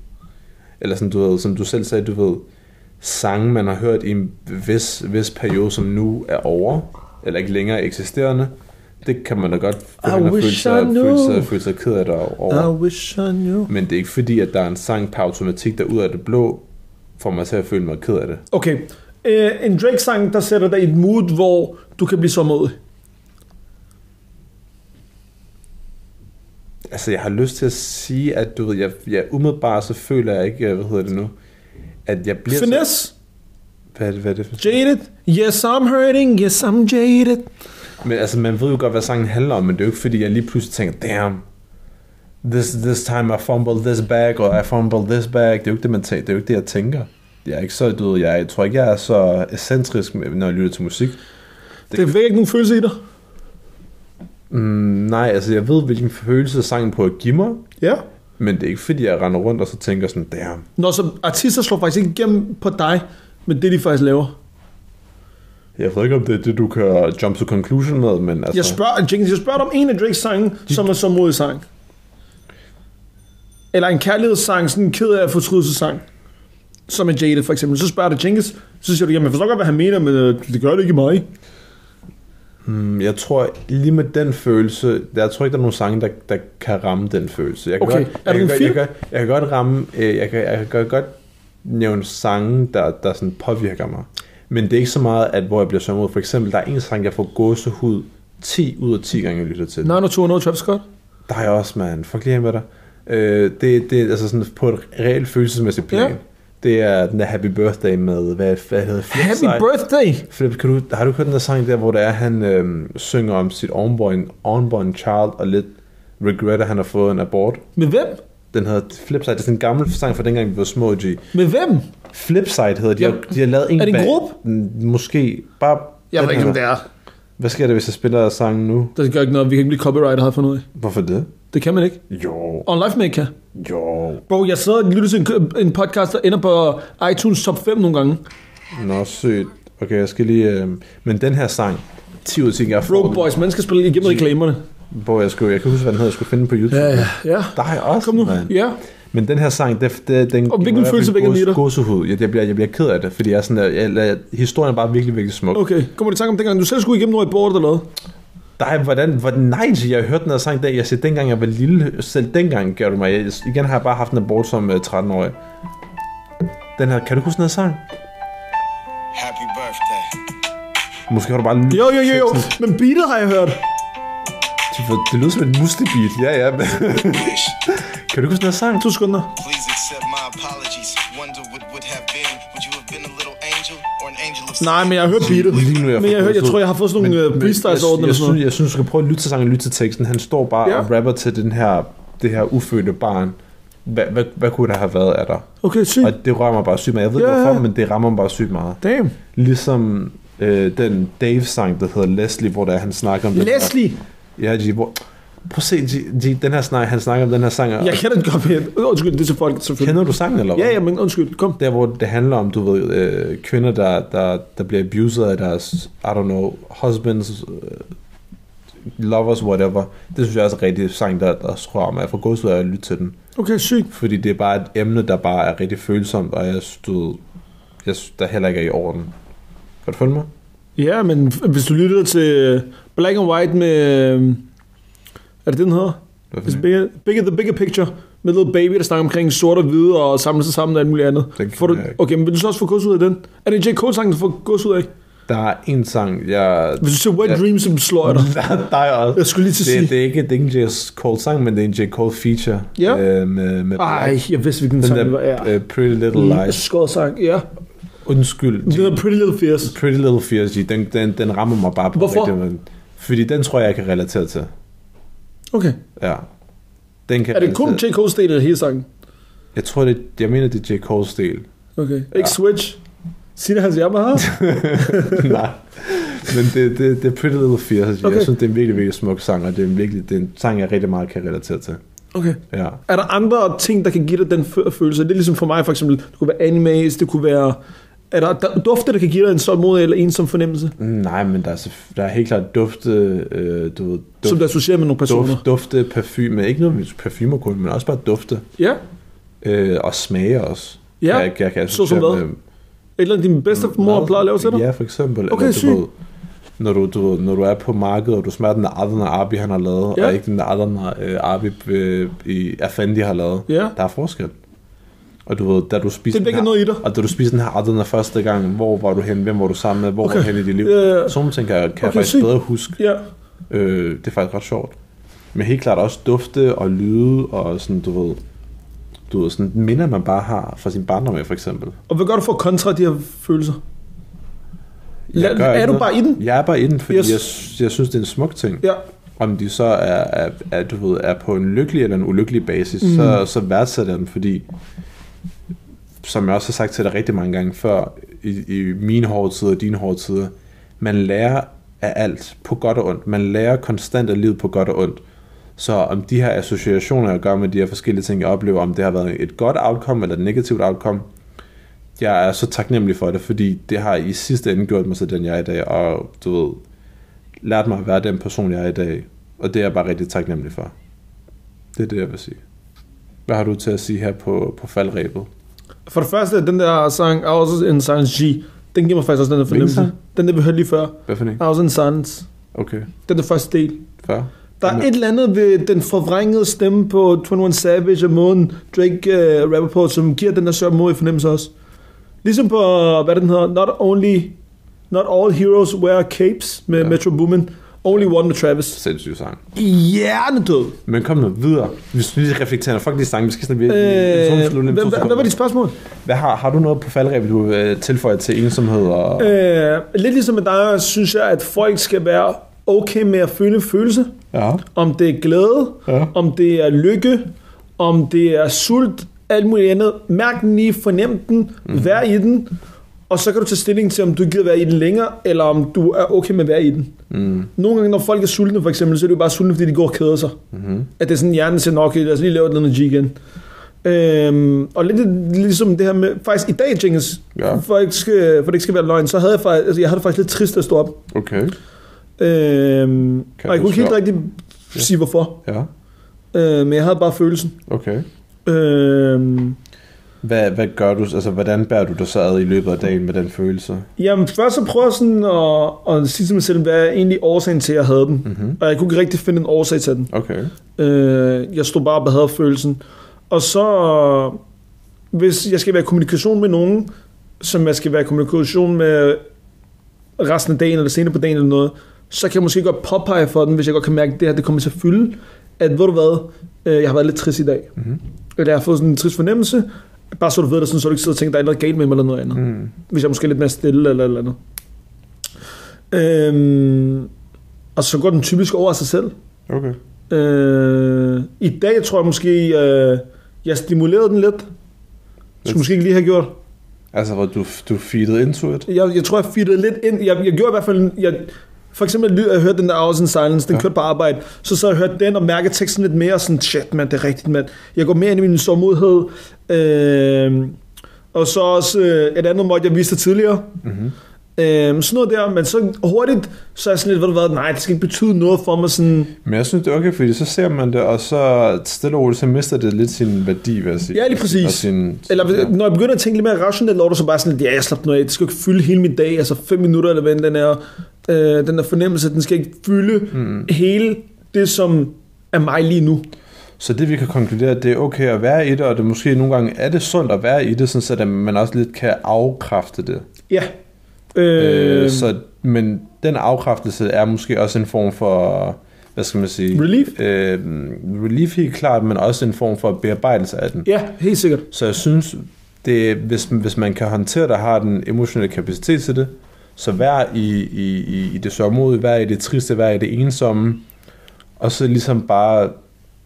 Speaker 2: Eller sådan, du ved, som du selv sagde, du ved, sange, man har hørt i en vis, vis periode, som nu er over, eller ikke længere eksisterende, det kan man da godt gå
Speaker 1: I
Speaker 2: hen og føle
Speaker 1: wish I
Speaker 2: sig,
Speaker 1: knew.
Speaker 2: føle, sig, føle sig ked af der over.
Speaker 1: I wish I knew.
Speaker 2: Men det er ikke fordi, at der er en sang per automatik, der ud af det blå, får mig til at føle mig ked af det.
Speaker 1: Okay. Øh, en Drake-sang, der sætter dig i et mood, hvor du kan blive sårmodig.
Speaker 2: Altså, jeg har lyst til at sige, at du ved, jeg, jeg umiddelbart så føler jeg ikke, hvad hedder det nu, at jeg bliver... Så,
Speaker 1: Finesse,
Speaker 2: hvad, er det- hvad er det for?
Speaker 1: jaded. Yes, I'm hurting. Yes, I'm jaded.
Speaker 2: Men altså, man ved jo godt, hvad sangen handler om, men det er jo ikke, fordi jeg lige pludselig tænker, damn, this, this time I fumbled this bag, og I fumbled this bag. Det er jo ikke det, man tænker. Det er jo ikke det, jeg tænker. Jeg er ikke så, du ved, jeg tror ikke, jeg er så ekscentrisk, når jeg lytter til musik.
Speaker 1: Det, det vækker ikke nogen følelse i dig.
Speaker 2: Mm, nej, altså, jeg ved, hvilken følelse sangen prøver at give mig,
Speaker 1: Ja.
Speaker 2: men det er ikke, fordi jeg render rundt og så tænker sådan, damn,
Speaker 1: Når så artister slår faktisk ikke igennem på dig, men det de faktisk laver.
Speaker 2: Jeg ved ikke, om det er det, du kan jump to conclusion med, men altså...
Speaker 1: Jeg spørger, Jenkins, jeg spørger dig om en af Drakes sange, som er så modig sang. Eller en kærlighedssang, sådan en ked af fortrydelsesang. Som er Jaded for eksempel. Så spørger jeg dig, Jenkins, så siger du, jamen jeg forstår godt, hvad han mener, men øh, det gør det ikke i mig.
Speaker 2: Mm, jeg tror, lige med den følelse, jeg tror ikke, der er nogen sange, der, der kan ramme den følelse. Jeg kan
Speaker 1: Okay.
Speaker 2: godt,
Speaker 1: Er
Speaker 2: jeg,
Speaker 1: det
Speaker 2: kan
Speaker 1: en
Speaker 2: godt,
Speaker 1: film?
Speaker 2: jeg, kan, jeg kan godt ramme, øh, jeg kan, jeg kan godt nævne sange, der, der sådan påvirker mig. Men det er ikke så meget, at hvor jeg bliver sømmet. For eksempel, der er en sang, jeg får gåsehud 10 ud af 10 gange, jeg lytter til. den.
Speaker 1: 90210 Travis Scott.
Speaker 2: Der er jeg også, man. Fuck lige af med dig. Øh, det, det er altså sådan på et reelt følelsesmæssigt plan.
Speaker 1: Ja.
Speaker 2: Det er den der Happy Birthday med, hvad, hvad hedder Flip
Speaker 1: Happy
Speaker 2: Side.
Speaker 1: birthday!
Speaker 2: Philip, kan du, har du hørt den der sang der, hvor det er, han øhm, synger om sit unborn, unborn child, og lidt regretter, at han har fået en abort?
Speaker 1: Med hvem?
Speaker 2: Den hedder Flipside. Det er sådan en gammel sang fra dengang, vi var små, G.
Speaker 1: Med hvem?
Speaker 2: Flipside hedder de.
Speaker 1: Ja.
Speaker 2: Ja. De har lavet en
Speaker 1: Er det en
Speaker 2: bag-
Speaker 1: gruppe?
Speaker 2: Mm, Måske. Bare
Speaker 1: Jeg
Speaker 2: den
Speaker 1: ved ikke,
Speaker 2: her.
Speaker 1: om det er.
Speaker 2: Hvad sker der, hvis jeg spiller sangen nu?
Speaker 1: Der gør ikke noget, vi kan ikke blive copyrightet her for noget.
Speaker 2: Hvorfor det?
Speaker 1: Det kan man ikke.
Speaker 2: Jo,
Speaker 1: On Life Man kan.
Speaker 2: jo.
Speaker 1: Bro, jeg sidder og lytter til en, en podcast, der ender på iTunes top 5 nogle gange.
Speaker 2: Nå, sødt. Okay, jeg skal lige... Øh... Men den her sang, 10 ud af 10, jeg får
Speaker 1: Rogue
Speaker 2: den.
Speaker 1: Boys, man skal spille igennem reklamerne.
Speaker 2: Hvor jeg, skulle, jeg kan huske, hvad den hedder, jeg skulle finde den på YouTube.
Speaker 1: Ja, ja, ja.
Speaker 2: Dig også,
Speaker 1: Kom nu.
Speaker 2: mand.
Speaker 1: Ja.
Speaker 2: Men den her sang, det, det, den
Speaker 1: Og hvilken følelse vækker den i dig?
Speaker 2: Gåsehud. Jeg, jeg, bliver, jeg bliver ked af det, fordi jeg er sådan, jeg, jeg, jeg, historien er bare virkelig, virkelig smuk. Okay.
Speaker 1: Okay, kommer du i tanke om dengang, du selv skulle igennem noget i bordet eller hvad?
Speaker 2: Der, hvordan, hvordan, nej, så jeg hørte den her sang, der, jeg siger, dengang jeg var lille, selv dengang gjorde det mig. Jeg, igen har jeg bare haft en abort som uh, 13-årig. Den her, kan du huske den her sang?
Speaker 4: Happy birthday.
Speaker 2: Måske har du bare...
Speaker 1: Jo, jo, jo, jo. Men beatet har jeg hørt.
Speaker 2: Det, det lyder som et muslebeat. Ja, ja. [laughs] Men,
Speaker 4: Wish.
Speaker 2: kan du huske den her sang?
Speaker 1: To sekunder.
Speaker 4: Please accept my apologies. Wonder what would have been. Would you have been a little angel or an angel of
Speaker 1: Nej, men jeg har hørt beatet.
Speaker 2: Lige nu er jeg
Speaker 1: Men jeg,
Speaker 2: for
Speaker 1: hørte, jeg
Speaker 2: gåsehud.
Speaker 1: tror, jeg har fået sådan nogle øh, freestyles over den
Speaker 2: jeg,
Speaker 1: eller sådan
Speaker 2: jeg, synes,
Speaker 1: noget.
Speaker 2: jeg synes, du skal prøve at lytte til sangen og lytte til teksten. Han står bare
Speaker 1: Ja.
Speaker 2: ja. og rapper til den her, det her ufødte barn. Hvad, hvad, hvad kunne der have været af dig?
Speaker 1: Okay, sygt.
Speaker 2: Og det rører mig bare sygt meget. Jeg ved
Speaker 1: Ja,
Speaker 2: ikke
Speaker 1: ja.
Speaker 2: hvorfor, men det rammer mig bare sygt meget.
Speaker 1: Damn.
Speaker 2: Ligesom øh, den Dave-sang, der hedder Leslie, hvor der han snakker om den her-
Speaker 1: Leslie.
Speaker 2: Ja, de, hvor, prøv at se, de, de, den her snak, han snakker om den her sang. og-
Speaker 1: Jeg kan den godt med. Undskyld, det er til folk selvfølgelig.
Speaker 2: Kender du sangen, eller hvad?
Speaker 1: Ja, ja, men undskyld. Kom.
Speaker 2: Der, hvor det handler om, du ved, øh, kvinder, der, der, der bliver abused af deres, I don't know, husbands, øh, lovers, whatever. Det synes jeg også er en rigtig sang, der, der rører mig. Jeg får gås ud af at lytte til den.
Speaker 1: Okay, sygt.
Speaker 2: Fordi det er bare et emne, der bare er rigtig følsomt, og jeg stod, jeg, synes, der heller ikke er i orden. Kan du følge mig?
Speaker 1: Ja, men hvis du lytter til øh, Black and White med... øh, Er det det, den hedder?
Speaker 2: Hvad for
Speaker 1: It's
Speaker 2: en?
Speaker 1: bigger, bigger, the bigger picture. Med Little Baby, der snakker omkring sort og hvide og samler sig sammen og alt muligt andet.
Speaker 2: Den kan
Speaker 1: Får du,
Speaker 2: jeg ikke.
Speaker 1: okay, men vil du så også få gods ud af den? Er det J. Cole-sangen, du får gods ud af?
Speaker 2: Der er en sang, jeg...
Speaker 1: Hvis du ser Wet
Speaker 2: Ja. Mm.
Speaker 1: Dreams, som slår jeg dig.
Speaker 2: [laughs] Der- der er også.
Speaker 1: Jeg skulle lige til at
Speaker 2: det,
Speaker 1: sige.
Speaker 2: det, er ikke, det er ikke en J. Cole sang, men det er en J. Cole feature.
Speaker 1: Ja.
Speaker 2: Øh, med, med
Speaker 1: Ej, Mm. jeg vidste, hvilken
Speaker 2: den
Speaker 1: sang det var.
Speaker 2: der
Speaker 1: Ja.
Speaker 2: øh, Pretty Little Lies.
Speaker 1: Skåret sang, ja.
Speaker 2: Undskyld.
Speaker 1: Det hedder Pretty Little Fierce.
Speaker 2: Pretty Little Fears, G, den, den, den rammer mig bare på
Speaker 1: Hvorfor?
Speaker 2: måde. Fordi den tror jeg, jeg kan relatere til.
Speaker 1: Okay.
Speaker 2: Ja. Den kan
Speaker 1: Er det
Speaker 2: jeg
Speaker 1: kun
Speaker 2: relatere-
Speaker 1: J. Cole's del af hele sangen?
Speaker 2: Jeg tror, det, jeg mener, det er J. Cole's del.
Speaker 1: Okay. Ikke Switch? Sig det, hans jammer her?
Speaker 2: [laughs] Nej. Men det, det, det er Pretty Little Fears. G.
Speaker 1: Okay.
Speaker 2: Jeg synes, det er en virkelig, virkelig smuk sang, og det er en, virkelig, det er en sang, jeg rigtig meget kan relatere til.
Speaker 1: Okay.
Speaker 2: Ja.
Speaker 1: Er der andre ting, der kan give dig den fø- følelse? Det er ligesom for mig for eksempel, det kunne være animes, det kunne være... Er der, der dufte, der kan give dig en sådan mod eller en som fornemmelse, duft.
Speaker 2: Mm, Nej, men der er, selvf- der er helt klart dufte, øh, du ved, duft,
Speaker 1: som du associerer med nogle personer?
Speaker 2: duft, dufte, parfume. Ikke noget parfumer kun, men også bare dufte.
Speaker 1: Ja,
Speaker 2: Øh, og smage også.
Speaker 1: Ja.
Speaker 2: Jeg, jeg kan
Speaker 1: Så som
Speaker 2: associere
Speaker 1: hvad?
Speaker 2: med-
Speaker 1: et eller andet, din bedste mor
Speaker 2: Mm, Mad.
Speaker 1: plejer at lave til dig?
Speaker 2: Ja, for eksempel.
Speaker 1: Okay,
Speaker 2: eller,
Speaker 1: sygt.
Speaker 2: du ved, når du, du, ved, når du er på markedet, og du smager den der Adana Abi, han har lavet,
Speaker 1: Ja.
Speaker 2: og ikke den der Adana øh, Abi øh, i Afandi har lavet.
Speaker 1: Ja.
Speaker 2: Der er forskel. Og du ved, da du spiser
Speaker 1: Det
Speaker 2: den
Speaker 1: vækker
Speaker 2: her,
Speaker 1: noget i dig.
Speaker 2: Og da du spiser den her Adana første gang, hvor var du hen, hvem var du sammen med, hvor
Speaker 1: Okay.
Speaker 2: var du hen i dit liv?
Speaker 1: Ja, ja, ja.
Speaker 2: Sådan nogle ting kan, jeg- kan jeg
Speaker 1: Okay,
Speaker 2: faktisk
Speaker 1: sygt.
Speaker 2: bedre huske.
Speaker 1: Ja.
Speaker 2: Øh, det er faktisk ret sjovt. Men helt klart også dufte og lyde og sådan, du ved, du ved, sådan minder, man bare har fra sin barndom af, for eksempel.
Speaker 1: Og hvad gør du for at kontra de her følelser?
Speaker 2: Jeg
Speaker 1: La-
Speaker 2: gør
Speaker 1: er
Speaker 2: ikke
Speaker 1: du
Speaker 2: noget.
Speaker 1: bare i den?
Speaker 2: Jeg er bare i den, fordi
Speaker 1: Yes.
Speaker 2: yes. jeg, sy- jeg synes, det er en smuk ting.
Speaker 1: Ja.
Speaker 2: Om de så er, er, er, du ved, er på en lykkelig eller en ulykkelig basis, mm. så, så værdsætter jeg dem, fordi som jeg også har sagt til dig rigtig mange gange før, i, i mine hårde tider og dine hårde tider, man lærer af alt, på godt og ondt. Man lærer konstant af livet på godt og ondt. Så om de her associationer, jeg gør med de her forskellige ting, jeg oplever, om det har været et godt outcome eller et negativt outcome, jeg er så taknemmelig for det, fordi det har i sidste ende gjort mig til den, jeg er i dag, og du ved, lært mig at være den person, jeg er i dag, og det er jeg bare rigtig taknemmelig for. Det er det, jeg vil sige. Hvad har du til at sige her på, på faldrebet?
Speaker 1: For det første, den der sang, I was in Science G, den giver mig faktisk også den der fornemmelse.
Speaker 2: sang?
Speaker 1: Den der, vi hørte lige før.
Speaker 2: Hvad for en?
Speaker 1: I was in Science.
Speaker 2: Okay,
Speaker 1: Den der første del.
Speaker 2: fair.
Speaker 1: Der er
Speaker 2: Den
Speaker 1: et eller andet ved den forvrængede stemme på 21 Savage og måden Drake uh, rapper på, som giver den der sørmodige fornemmelse også. Ligesom på, hvad den hedder, Not Only, Not All Heroes Wear Capes med ja.
Speaker 2: Ja.
Speaker 1: Metro Boomin, Only One med Travis.
Speaker 2: Sindssyg sang.
Speaker 1: Hjernedød.
Speaker 2: Men kom nu videre. Vi skal lige reflektere. over- Fuck de sange, vi skal snart virkelig...
Speaker 1: Øh, hvad, hvad, hvad var dit spørgsmål?
Speaker 2: Hvad har, har du noget på faldrebet, du øh, tilføjer til ensomhed og...
Speaker 1: Øh, lidt ligesom med dig, synes jeg, at folk skal være okay med at føle en følelse.
Speaker 2: Ja.
Speaker 1: Om det er glæde,
Speaker 2: Ja.
Speaker 1: om det er lykke,
Speaker 2: Mhm.
Speaker 1: om det er sult, alt muligt andet. Mærk den lige, fornem den, mm-hmm. vær i den, Og så kan du tage stilling til, om du gider være i den længere, eller om du er okay med at være i den. Mm. Nogle gange, når folk er sultne for eksempel, så er det jo bare sultne, fordi de går og keder sig.
Speaker 2: Mhm.
Speaker 1: Mm. At det er sådan, hjernen siger, "Nå, okay, lad os lige lave et eller andet G igen. Øhm, og lidt ligesom det her med, faktisk i dag, Jenkins,
Speaker 2: Ja.
Speaker 1: ja. for, ikke skal, for det ikke skal være løgn, så havde jeg faktisk, altså, jeg havde det faktisk lidt trist at stå op.
Speaker 2: Okay.
Speaker 1: Øhm, og jeg
Speaker 2: huske
Speaker 1: kunne ikke helt
Speaker 2: det?
Speaker 1: rigtig sige, hvorfor.
Speaker 2: Ja.
Speaker 1: Øh, men jeg havde bare følelsen.
Speaker 2: Okay.
Speaker 1: Øh,
Speaker 2: Hvad, hvad gør du, altså hvordan bærer du dig så ad i løbet af dagen med den følelse?
Speaker 1: Jamen, først så prøver jeg sådan at, at sige til mig selv, hvad er egentlig årsagen til, at jeg havde den. Mm-hmm. Og jeg kunne ikke rigtig finde en årsag til den.
Speaker 2: Okay.
Speaker 1: Øh, jeg stod bare op og havde følelsen. Og så, hvis jeg skal være i kommunikation med nogen, som jeg skal være i kommunikation med resten af dagen, eller senere på dagen eller noget, så kan jeg måske godt påpege for den, hvis jeg godt kan mærke, at det her det kommer til at fylde, at ved du hvad, øh, jeg har været lidt trist i dag. Mm-hmm. Eller jeg har fået sådan en trist fornemmelse, bare så du ved det, sådan, så du ikke sidder og tænker, der er noget galt med mig eller noget andet. Mm. Hvis jeg måske er lidt mere stille eller eller andet. Øhm, og så går den typisk over af sig selv.
Speaker 2: Okay.
Speaker 1: Øh, I dag tror jeg måske, øh, jeg stimulerede den lidt. Skulle måske ikke lige have gjort.
Speaker 2: Altså hvor du, du feedede into it?
Speaker 1: Jeg, jeg tror, jeg fittede lidt ind. Jeg, jeg gjorde i hvert fald... Jeg, for eksempel, lyd- jeg hørte den der Hours in Silence, den ja. kørte på arbejde. Så så jeg hørte den og mærkede teksten lidt mere, og sådan, shit, mand, det er rigtigt, mand. Jeg går mere ind i min sårmodhed. Øh, og så også øh, et andet måtte, jeg viste tidligere. Mm-hmm. Øh, sådan noget der, men så hurtigt, så er jeg sådan lidt, ved du hvad, nej, det skal ikke betyde noget for mig, sådan...
Speaker 2: Men jeg synes, det er okay, fordi så ser man det, og så stille og roligt, så mister det lidt sin værdi, vil jeg sige.
Speaker 1: Ja, lige præcis.
Speaker 2: Og sin,
Speaker 1: Eller
Speaker 2: ja.
Speaker 1: hvis- når jeg begynder at tænke lidt mere rationelt over det, så bare sådan, at ja, jeg slapper noget af. Det skal jo ikke fylde hele min dag, altså fem minutter eller hvad end den er. Øh, den der fornemmelse, den skal ikke fylde mm. hele det, som er mig lige nu.
Speaker 2: Så det vi kan konkludere, det er okay at være i det, og det måske nogle gange er det sundt at være i det, sådan så at man også lidt kan afkræfte det.
Speaker 1: Ja. Øh,
Speaker 2: Øh,
Speaker 1: øh,
Speaker 2: så, men den afkræftelse er måske også en form for, hvad skal man sige?
Speaker 1: Relief?
Speaker 2: Øh, relief helt klart, men også en form for bearbejdelse af den.
Speaker 1: ja, helt sikkert.
Speaker 2: Så jeg synes, det, hvis, hvis man kan håndtere det og har den emotionelle kapacitet til det, så vær i, i, i, i det sørmodige, vær i det triste, vær i det ensomme, og så ligesom bare,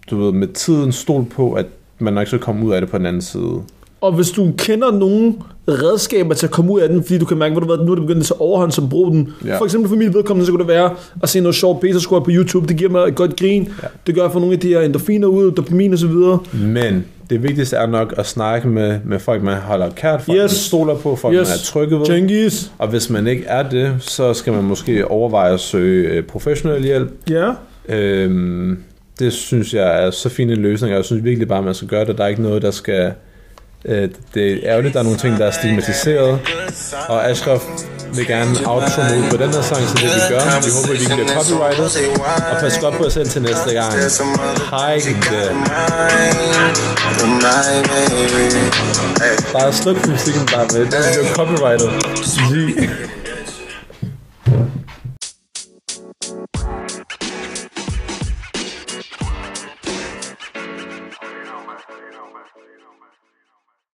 Speaker 2: du ved, med tiden stol på, at man nok skal komme ud af det på den anden side.
Speaker 1: Og hvis du kender nogle redskaber til at komme ud af den, fordi du kan mærke, hvor du ved, nu er det begyndt at tage overhånd, så brug den.
Speaker 2: Ja.
Speaker 1: Ja. For eksempel for mit vedkommende, så kunne det være at se noget sjovt Peter på YouTube. Det giver mig et godt grin. Ja. Det gør for nogle af de her endorfiner ud, dopamin og så videre.
Speaker 2: Men det vigtigste er nok at snakke med, med folk, man holder kært, folk, yes. man
Speaker 1: Yes.
Speaker 2: stoler på, folk, yes. man er trygge ved.
Speaker 1: Genghis.
Speaker 2: Og hvis man ikke er det, så skal man måske overveje at søge øh, professionel hjælp,
Speaker 1: Ja.
Speaker 2: Øhm, det synes jeg er så fin en løsning, og jeg synes virkelig bare, at man skal gøre det. Der er ikke noget, der skal... Øh, det er ærgerligt, der er nogle ting, der er stigmatiseret. Og Ashraf vil gerne outro mod på den her sang, så det vi gør. Vi håber, vi ikke bliver copyrightet. Og pas godt på jer selv til næste gang. Hej, øh, det. Bare sluk musikken bare med. Den bliver copyrightet. Lige.